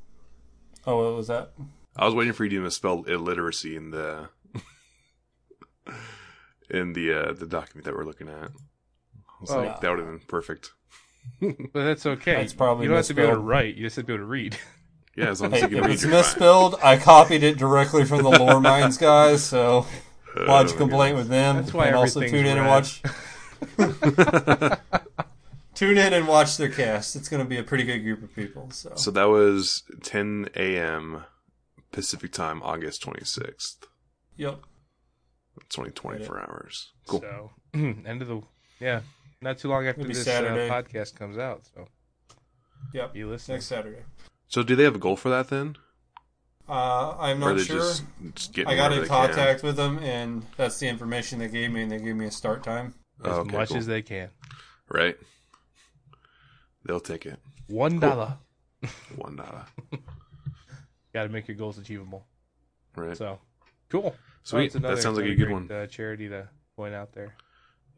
uh, oh, what was that?
I was waiting for you to misspell illiteracy in the in the uh, the document that we're looking at. I was
Well-
like, that would have been perfect.
but that's okay.
That's probably
you don't have to be able to
misspelled.
write. You just have to be able to read.
Yeah, as long as
Hey,
you can
if
read
it's
you're fine.
misspelled, I copied it directly from the lore minds guys, so
Oh,
lodge a complaint with them.
That's why
and also tune
everything's
in and
red.
watch. tune in and watch their cast. It's going to be a pretty good group of people. So,
So that was 10 a.m. Pacific time, August 26th.
yep,
It's only 24 hours. Cool.
So end of the yeah, not too long after
It'll be
this uh,
Saturday.
podcast comes out. So
yep.
you listen.
Next Saturday.
So do they have a goal for that then?
Uh, I'm
or are
not
they
sure.
just, just getting
I got
whatever
in
they can?
contact with them, and that's the information they gave me, and they gave me a start time.
Oh,
as
okay,
much
cool.
as they can.
Right. They'll take it.
One dollar.
One dollar.
Got to make your goals achievable.
Right.
So cool.
Sweet.
That's another-
that sounds like a
another
good
great,
one.
Uh, charity to point out there.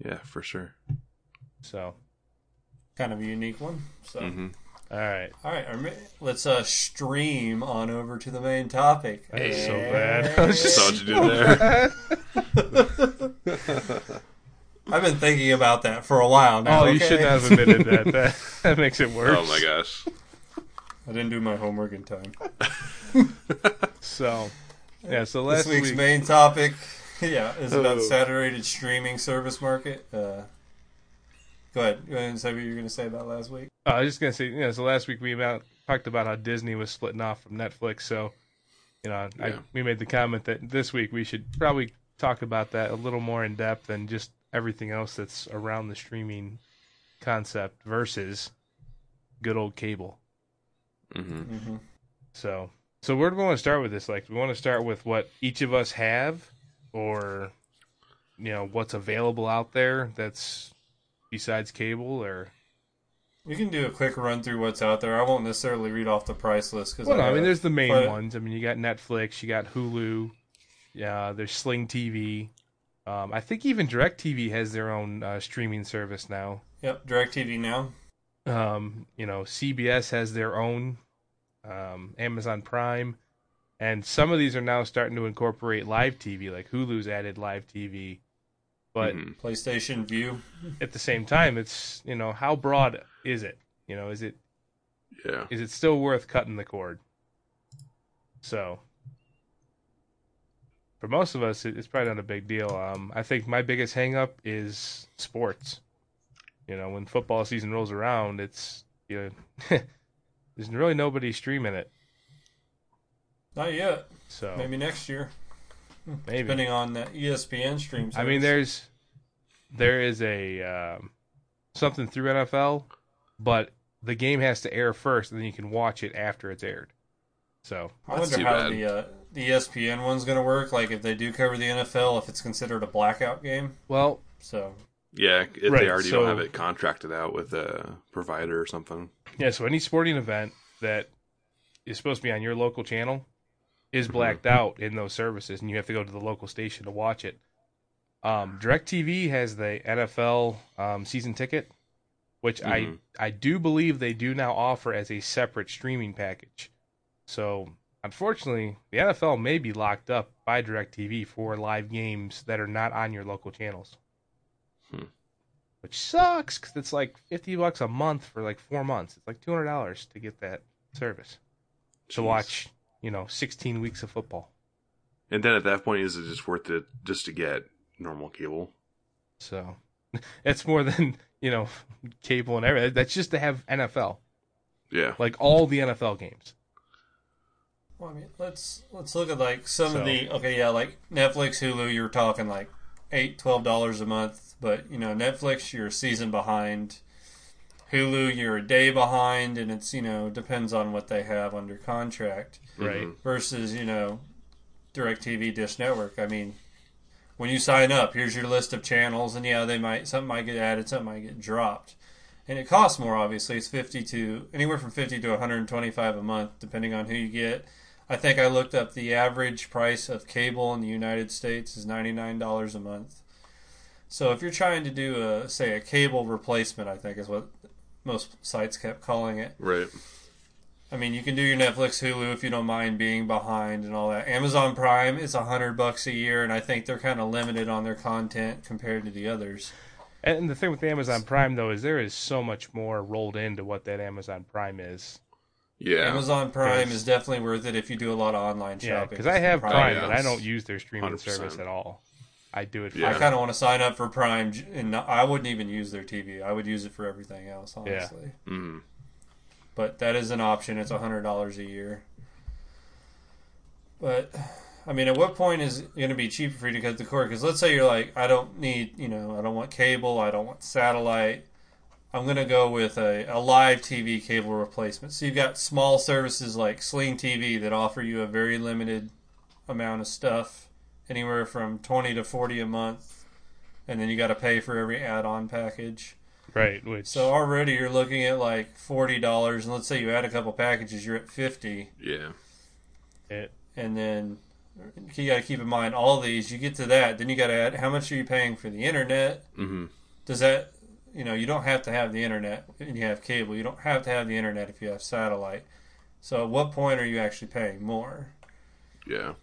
Yeah, for sure.
So
Kind of a unique one. So,
hmm
all right,
all right, our ma- let's uh, stream on over to the main topic.
that was so
And-
bad. That was
Just saw
so
what you did there.
bad.
I've been thinking about that for a while now.
oh, you
okay?
should not have admitted that. That, that makes it worse.
Oh my gosh.
I didn't do my homework in time.
So yeah, so
this
last
week's
week
main topic, yeah, is about
Oh.
saturated streaming service market. Uh, go ahead. Go ahead and say what you were going to say about last week.
Uh, I was just gonna say, you know, so last week we about, talked about how Disney was splitting off from Netflix. So, you know, I,
Yeah.
we made the comment that this week we should probably talk about that a little more in depth than just everything else that's around the streaming concept versus good old cable.
hmm
Mm-hmm.
So, so where do we want to start with this? Like, do we want to start with what each of us have, or you know, what's available out there that's besides cable, or
We can do a quick run through what's out there. I won't necessarily read off the price list because
Well, no, I mean, there's the main
but-
ones. I mean, you got Netflix, you got Hulu, yeah, there's Sling TV. Um, I think even DirecTV has their own uh, streaming service now.
yep, Directv now.
Um, you know, CBS has their own, um, Amazon Prime, and some of these are now starting to incorporate live TV. Like Hulu's added live TV, but
Mhm.
PlayStation View.
at the same time, it's you know how broad is it? You know, is it
Yeah.
is it still worth cutting the cord? So, for most of us, it- it's probably not a big deal. Um, I think my biggest hang up is sports. You know, when football season rolls around, it's you know, there's really nobody streaming it.
Not yet.
So
Maybe
maybe,
next year, depending on that E ESPN stream.
I mean,
service.
there's there is a um, something through NFL, but the game has to air first, and then you can watch it after it's aired. So
I
That's
wonder
too
how
bad.
the uh, the ESPN one's going to work. Like if they do cover the NFL, if it's considered a blackout game.
well,
So
Yeah. If
Right,
they already
so-
don't have it contracted out with a provider or something.
Yeah, so any sporting event that is supposed to be on your local channel is blacked out in those services, and you have to go to the local station to watch it. Um, DirecTV has the NFL um, season ticket, which
Mhm.
I I do believe they do now offer as a separate streaming package. So unfortunately, the NFL may be locked up by DirecTV for live games that are not on your local channels,
Hmm.
which sucks because it's like fifty bucks a month for like four months. It's like two hundred dollars to get that service. to watch, you know, 16 weeks of football.
And then at that point, is it just worth it just to get normal cable?
So that's more than, you know, cable and everything. That's just to have NFL,
Yeah.
like all the NFL games.
Well, I mean, let's let's look at like some
So-
of the okay, yeah, like Netflix, Hulu. You're talking like eight, twelve dollars a month, but you know Netflix, you're a season behind. Hulu, you're a day behind, and it's you know depends on what they have under contract
Right.
versus you know Directv, Dish Network. I mean, when you sign up, here's your list of channels, and yeah, they might something might get added, something might get dropped, and it costs more. Obviously, it's fifty to anywhere from fifty to one hundred and twenty five a month, depending on who you get. I think I looked up the average price of cable in the United States is ninety nine dollars a month. So if you're trying to do a say a cable replacement, I think is what most sites kept calling it.
Right.
I mean, you can do your Netflix, Hulu if you don't mind being behind and all that. Amazon Prime is a hundred bucks a year, and I think they're kind of limited on their content compared to the others.
And the thing with the Amazon Prime, though, is there is so much more rolled into what that Amazon Prime is.
Yeah.
Amazon Prime
Yes.
is definitely worth it if you do a lot of online
Yeah,
shopping.
because I have Prime,
Prime.
but
yes.
I don't use their streaming
100%.
service at all. I do it for
Yeah.
I kind of want to sign up for Prime, j- and not- I wouldn't even use their TV. I would use it for everything else, honestly.
Mm.
But that is an option. It's a hundred dollars a year. But I mean, at what point is it going to be cheaper for you to cut the cord? Because let's say you're like, I don't need, you know, I don't want cable, I don't want satellite. I'm going to go with a, a live TV cable replacement. So you've got small services like Sling TV that offer you a very limited amount of stuff, anywhere from 20 to 40 a month. And then you got to pay for every add on package.
Right. Which
So already you're looking at like forty dollars, and let's say you add a couple packages, you're at fifty.
Yeah.
it,
And then you got to keep in mind all these. You get to that, then you got to add how much are you paying for the internet?
Mm-hmm.
Does that you know you don't have to have the internet and you have cable. You don't have to have the internet if you have satellite. So at what point are you actually paying more?
Yeah.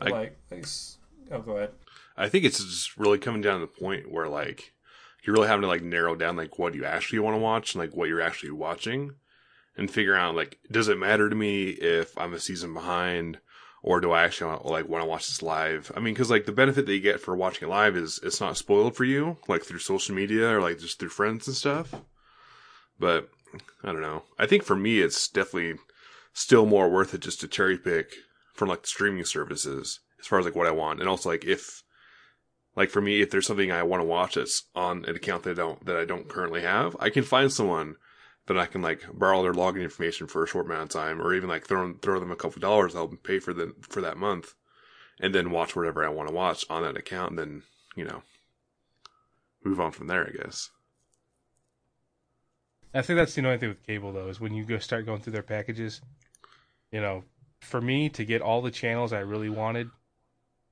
I-
like, it's- oh, go ahead.
I think it's just really coming down to the point where like you're really having to like narrow down like what you actually want to watch and like what you're actually watching and figure out like does it matter to me if I'm a season behind or do I actually want, like want to watch this live? I mean, because like the benefit that you get for watching it live is it's not spoiled for you like through social media or like just through friends and stuff. But I don't know. I think for me, it's definitely still more worth it just to cherry pick from like the streaming services as far as like what I want and also like if like for me if there's something i want to watch that's on an account that i don't that i don't currently have i can find someone that i can like borrow their login information for a short amount of time or even like throw throw them a couple dollars i'll pay for the for that month and then watch whatever i want to watch on that account and then you know move on from there i guess
I think that's the annoying thing with cable though is when you go start going through their packages. You know, for me to get all the channels I really wanted,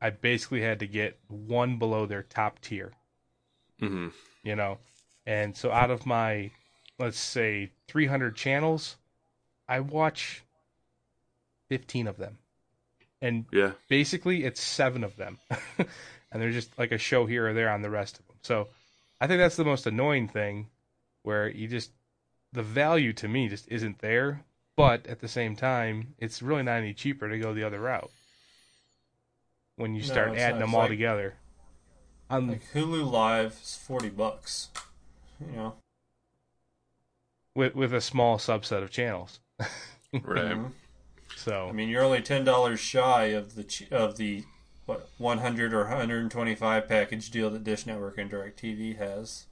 I basically had to get one below their top tier.
mm-hmm
You know, and so out of my, let's say, 300 channels, I watch 15 of them, and
yeah
basically it's seven of them and they're just like a show here or there on the rest of them so i think that's the most annoying thing where you just the value to me just isn't there but at the same time it's really not any cheaper to go the other route when you
No,
start
it's
adding
not.
them
It's
all
like-
together um,
Like Hulu Live is forty bucks. You know,
with, with a small subset of channels
right
Mhm.
so
I mean, you're only ten dollars shy of the ch- of the what 100 or 125 package deal that Dish Network and DirecTV has.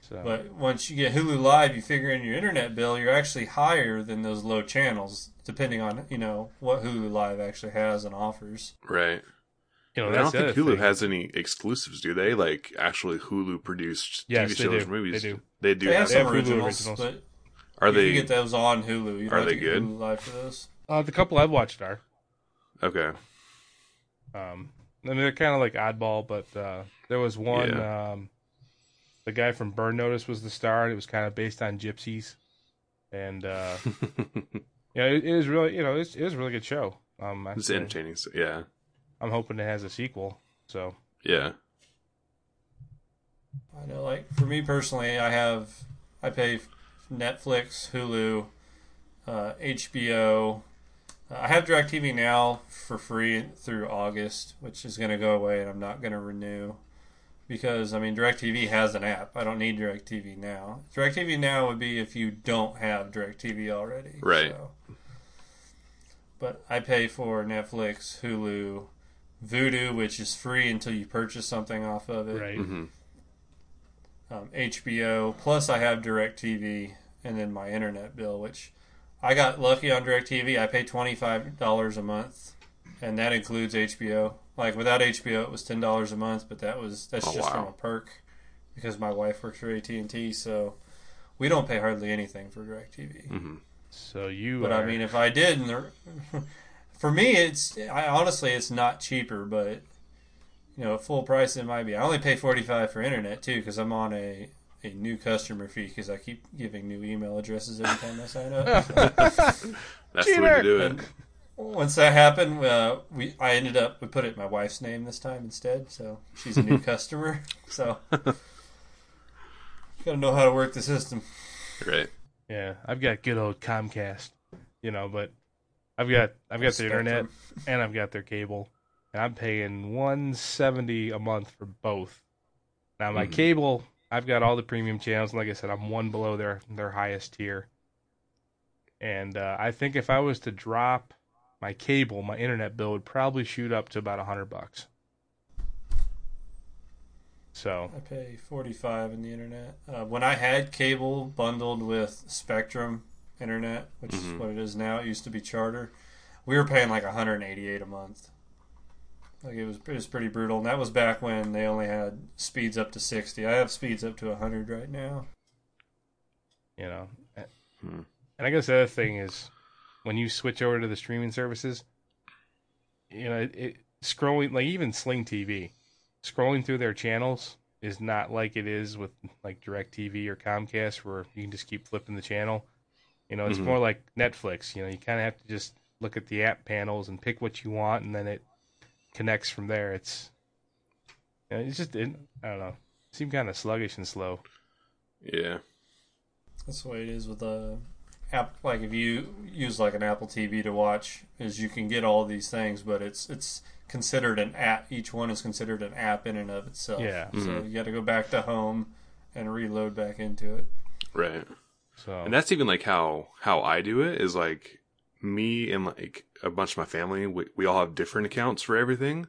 so
But once you get Hulu Live, you figure in your internet bill, you're actually higher than those low channels, depending on you know what Hulu Live actually has and offers.
right
you know
i don't
that's the
think
other
hulu
thing.
has any exclusives do they like actually hulu produced
Yes,
tv
they
shows
do.
or movies
They do.
they do
they
have
have
they
some
have Hulu
originals,
originals.
but
are
you
they
can get those on Hulu. You don't
Are
have to
they
get
good?
Hulu Live for those.
uh, the couple i've watched are
okay
Um, I mean, they're kind of like oddball, but uh, there was one. Um, the guy from Burn Notice was the star, and it was kind of based on gypsies. And uh, yeah, it, it was really, you know, it's, it was a really good show. Um, I,
it's entertaining so yeah
I'm hoping it has a sequel. So
yeah
I know, like for me personally, I have I pay Netflix, Hulu, uh, HBO. Uh, I have DirecTV now for free through August, which is going to go away, and I'm not going to renew because I mean DirecTV has an app. I don't need DirecTV now. DirecTV now would be if you don't have DirecTV already,
Right.
so. But I pay for Netflix, Hulu, Vudu, which is free until you purchase something off of it.
Right.
hmm
Um, HBO. Plus, I have DirecTV, and then my internet bill, which I got lucky on DirecTV. I pay twenty five dollars a month, and that includes HBO. Like without HBO, it was ten dollars a month, but that was that's
Oh,
just
wow.
from a perk because my wife works for AT and T, so we don't pay hardly anything for DirecTV.
hmm
So you
But
are
I mean, if I did, and the, for me, it's I honestly, it's not cheaper, but you know, at full price it might be. I only pay forty five for internet too because I'm on a a new customer fee because I keep giving new email addresses every time I sign up.
That's the way to
Cheater.
do it.
And once that happened, uh, we I ended up we put it in my wife's name this time instead, so she's a new customer. So gotta know how to work the system.
Right.
yeah, I've got good old Comcast, you know, but I've got I've got the internet
Spectrum.
and I've got their cable, and I'm paying one seventy a month for both. Now my
Mhm.
cable, I've got all the premium channels. and Like I said, I'm one below their their highest tier. And uh, I think if I was to drop my cable, my internet bill would probably shoot up to about a hundred bucks. So
I pay forty five in the internet. Uh, when I had cable bundled with Spectrum internet, which
Mhm.
is what it is now, it used to be Charter. We were paying like one hundred and eighty eight a month. Like it was, it was pretty brutal, and that was back when they only had speeds up to sixty. I have speeds up to hundred right now.
you know, and
Hmm.
I guess the other thing is when you switch over to the streaming services, you know, it, it scrolling like even Sling TV, scrolling through their channels is not like it is with like DirecTV or Comcast where you can just keep flipping the channel. You know, it's
Mhm.
more like Netflix. You know, you kind of have to just look at the app panels and pick what you want, and then it connects from there. It's you know, it's just it, I don't know. Seemed kind of sluggish and slow.
Yeah.
That's the way it is with uh, app. Like if you use like an Apple TV to watch, is you can get all these things, but it's it's considered an app. Each one is considered an app in and of itself.
Yeah.
So
Mhm.
you got to go back to home and reload back into it.
Right.
So
And that's even like how how I do it is like me and like a bunch of my family. We we all have different accounts for everything.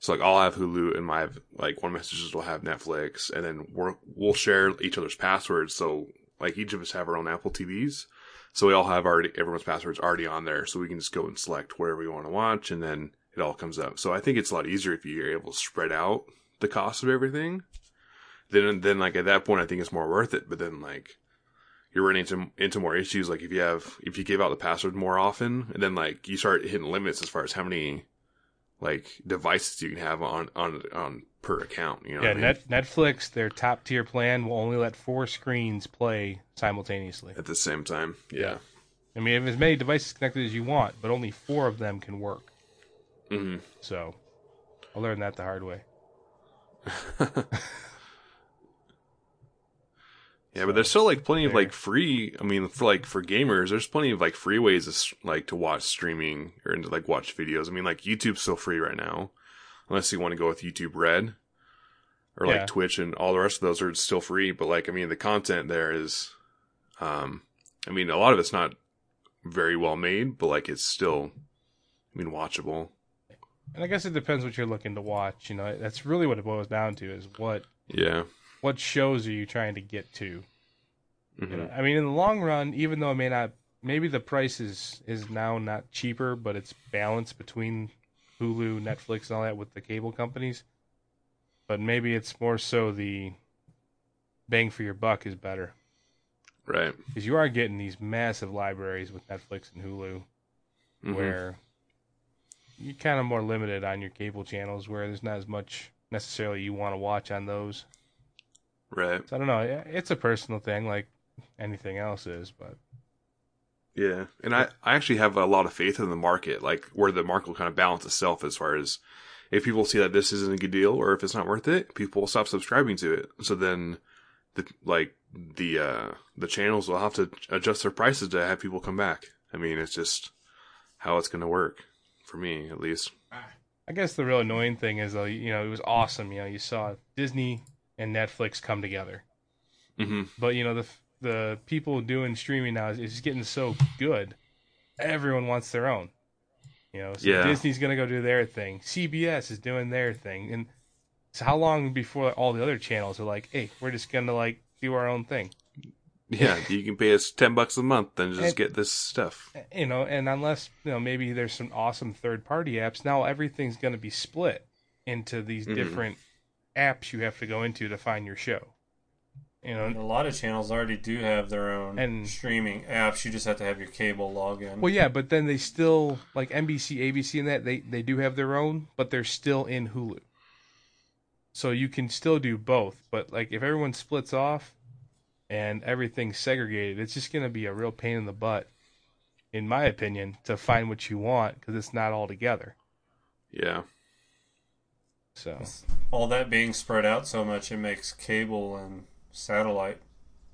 So like I'll have Hulu and my like one of my sisters will have Netflix, and then we're, we'll share each other's passwords. So like each of us have our own Apple TVs. So we all have already everyone's passwords already on there, so we can just go and select wherever we want to watch, and then it all comes up. So I think it's a lot easier if you're able to spread out the cost of everything. Then then like at that point, I think it's more worth it. But then like you're running into into more issues. Like if you have if you give out the password more often, and then like you start hitting limits as far as how many like devices you can have on on on per account. You know, what
Yeah,
I mean?
Net- Netflix, their top tier plan will only let four screens play simultaneously.
at the same time. Yeah.
Yeah. I mean, you have as many devices connected as you want, but only four of them can work.
hmm
So I learned that the hard way.
Yeah, but there's still like plenty of
Fair.
like free. I mean, for like for gamers, there's plenty of like free ways to, s- like to watch streaming or to like watch videos. I mean, like YouTube's still free right now, unless you want to go with YouTube Red or like
Yeah.
Twitch and all the rest of those are still free. But like, I mean, the content there is, um, I mean, a lot of it's not very well made, but like it's still, I mean, watchable.
And I guess it depends what you're looking to watch. You know, that's really what it boils down to is what
Yeah.
what shows are you trying to get to.
hmm
You know, I mean, in the long run, even though it may not, maybe the price is is now not cheaper, but it's balanced between Hulu, Netflix, and all that with the cable companies. But maybe it's more so the bang for your buck is better
Right.
because you are getting these massive libraries with Netflix and Hulu,
Mhm.
where you're kind of more limited on your cable channels, where there's not as much necessarily you want to watch on those.
Right.
So I don't know. it- It's a personal thing, like anything else is, but.
Yeah, and I, I actually have a lot of faith in the market, like where the market will kind of balance itself as far as if people see that this isn't a good deal or if it's not worth it, people will stop subscribing to it. So then, the like the uh, the channels will have to adjust their prices to have people come back. I mean, it's just how it's going to work for me, at least.
I guess the real annoying thing is though, you know, it was awesome. You know, you saw Disney and Netflix come together,
hmm
but you know the the people doing streaming now is, is getting so good. Everyone wants their own. You know, so
Yeah.
Disney's gonna go do their thing. CBS is doing their thing, and so how long before all the other channels are like, hey, we're just gonna like do our own thing.
Yeah, you can pay us ten bucks a month and just
And-
get this stuff.
you know, and unless you know, maybe there's some awesome third-party apps. Now everything's going to be split into these
Mhm.
different apps you have to go into to find your show. You
And
know,
a lot of channels already do have their own
And-
streaming apps. You just have to have your cable login.
well, yeah, but then they still like NBC, ABC, and that they they do have their own, but they're still in Hulu. So you can still do both, but like if everyone splits off and everything's segregated, it's just going to be a real pain in the butt, in my opinion, to find what you want because it's not all together.
Yeah,
So.
All that being spread out so much, it makes cable and satellite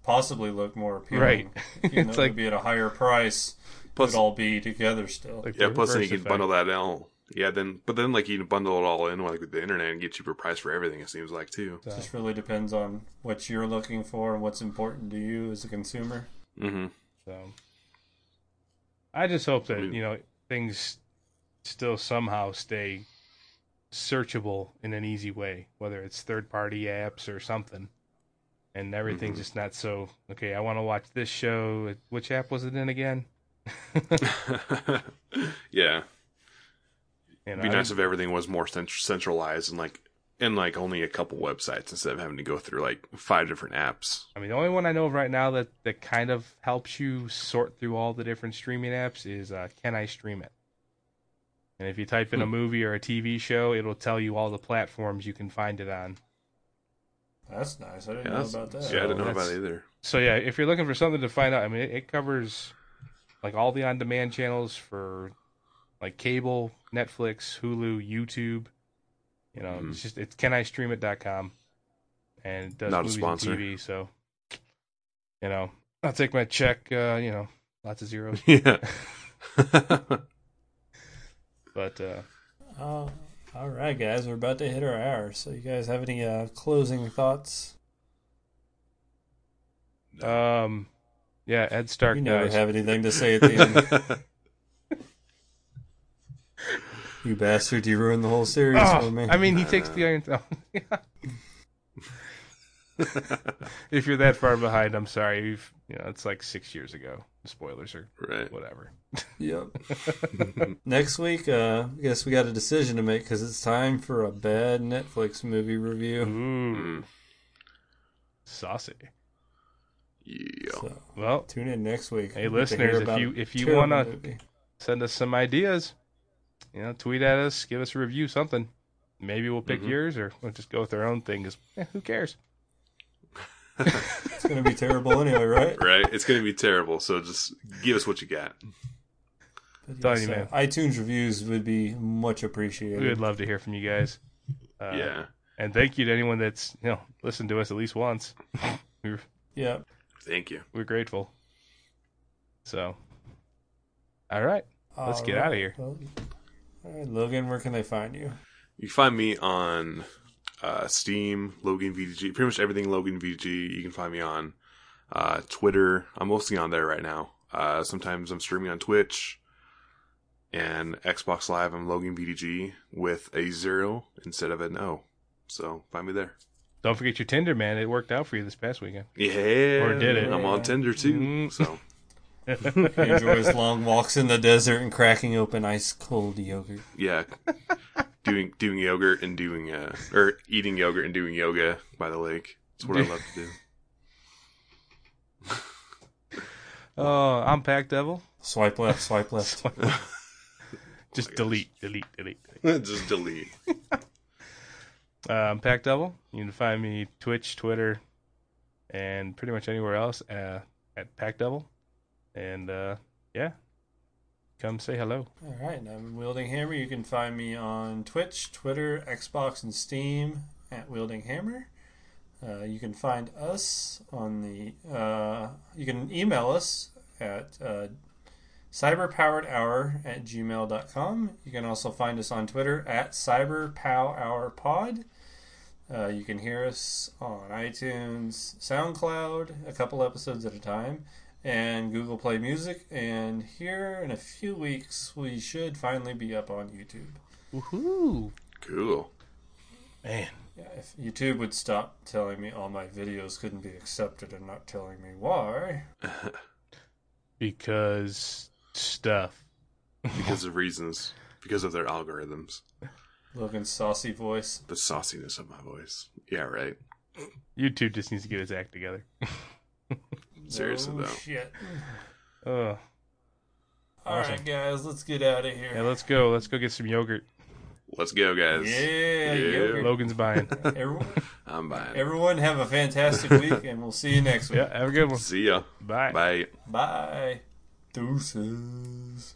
possibly look more appealing.
Right.
Even though
It's
it
like-
would be at a higher price.
Plus-
it would all be together still.
Like
yeah.
the
Plus, then you
reverse
can
effect.
bundle that all. Yeah, then but then like you can bundle it all in like with the internet and get cheaper price for everything. It seems like too.
It just really depends on what you're looking for and what's important to you as a consumer.
hmm
So, I just hope that
I mean-
you know things still somehow stay searchable in an easy way, whether it's third-party apps or something, and everything's
Mhm.
just not so. Okay, I want to watch this show. Which app was it in again?
yeah,
You know,
it'd be
I
nice
didn't-
if everything was more cent- centralized and like and like only a couple websites instead of having to go through like five different apps.
I mean, the only one I know of right now that that kind of helps you sort through all the different streaming apps is uh, Can I Stream It? And if you type in a movie or a TV show, it'll tell you all the platforms you can find it on.
That's nice. I didn't
Yeah,
know
that's-
about that.
yeah, I didn't know
That's-
about it either.
So yeah, if you're looking for something to find out, I mean, it, it covers like all the on-demand channels for like cable, Netflix, Hulu, YouTube. You know,
Mm-hmm.
it's just it's canistreamit.com, and it does
Not a
movies
sponsor.
and TV. So, you know, I'll take my check. Uh, you know, lots of zeros,
Yeah.
but uh,
Uh, all right, guys, we're about to hit our hour. So, you guys have any uh, closing thoughts?
um, yeah, Ed Stark
You never
dies.
have anything to say at the end. you bastard! You ruined the whole series for
Oh,
me.
I mean, he takes the Iron Throne. if you're that far behind, I'm sorry. You've, you know, it's like six years ago. Spoilers or
right.
whatever.
yep. Next week, uh, I guess we got a decision to make because it's time for a bad Netflix movie review.
Ooh,
Mm.
saucy.
Yeah.
So,
Well,
tune in next week.
Hey,
We'll get to hear
listeners, if
about
you-
a
if you
terrible
wanna-
movie.
send us some ideas. You know, tweet at us, give us a review, something. Maybe we'll pick
Mhm.
yours, or we'll just go with our own thing. Cause eh, who cares?
it's going to be terrible anyway, right?
Right. It's gonna be terrible. So just give us what you got.
Tell you,
So,
man.
iTunes reviews would be much appreciated.
We would love to hear from you guys. Uh,
yeah.
And thank you to anyone that's you know listened to us at least once. we're,
Yeah.
Thank you.
we're grateful. So, all right. Let's get outta here.
Uh, All right, Logan, where can they find you?
You can find me on uh, Steam, Logan VDG, pretty much everything Logan VDG. You can find me on uh, Twitter. I'm mostly on there right now. Uh, sometimes I'm streaming on Twitch and Xbox Live. I'm Logan VDG with a zero instead of an O. So find me there.
Don't forget your Tinder, man. It worked out for you this past weekend.
Yeah,
Or did it.
I'm on Tinder too.
Mm.
So
He enjoys long walks in the desert and cracking open ice cold yogurt.
yeah, doing doing yogurt and doing uh or eating yogurt and doing yoga by the lake. It's what I love to do.
Oh, I'm Pack Devil.
Swipe left, swipe left.
Just delete, delete, delete, delete.
Just delete.
Uh, I'm Pack Devil. You can find me Twitch, Twitter, and pretty much anywhere else uh, at Pack Devil. And uh, yeah, come say hello.
All right, and I'm Wielding Hammer. You can find me on Twitch, Twitter, Xbox, and Steam at Wielding Hammer. Uh, you can find us on the. Uh, you can email us at uh, cyberpoweredhour at gmail.com. You can also find us on Twitter at cyberpowhourpod. Uh, you can hear us on iTunes, SoundCloud, a couple episodes at a time, and Google Play Music. And here in a few weeks, we should finally be up on YouTube.
Woohoo!
Cool.
Man,
Yeah, if YouTube would stop telling me all my videos couldn't be accepted and not telling me why.
because stuff.
Because of reasons, because of their algorithms,
Logan's saucy voice.
the sauciness of my voice. Yeah, right.
YouTube just needs to get its act together.
Seriously,
Oh,
though.
Shit.
Oh,
All right,
Awesome.
guys, let's get out of
yeah,
here.
let's go. Let's go get some yogurt.
Let's go, guys.
Yeah,
Yeah.
yogurt.
Logan's buying.
Everyone,
I'm buying. it.
everyone have a fantastic week, and we'll see you next week.
yeah, have a good one.
See ya.
Bye.
Bye.
Bye. Deuces.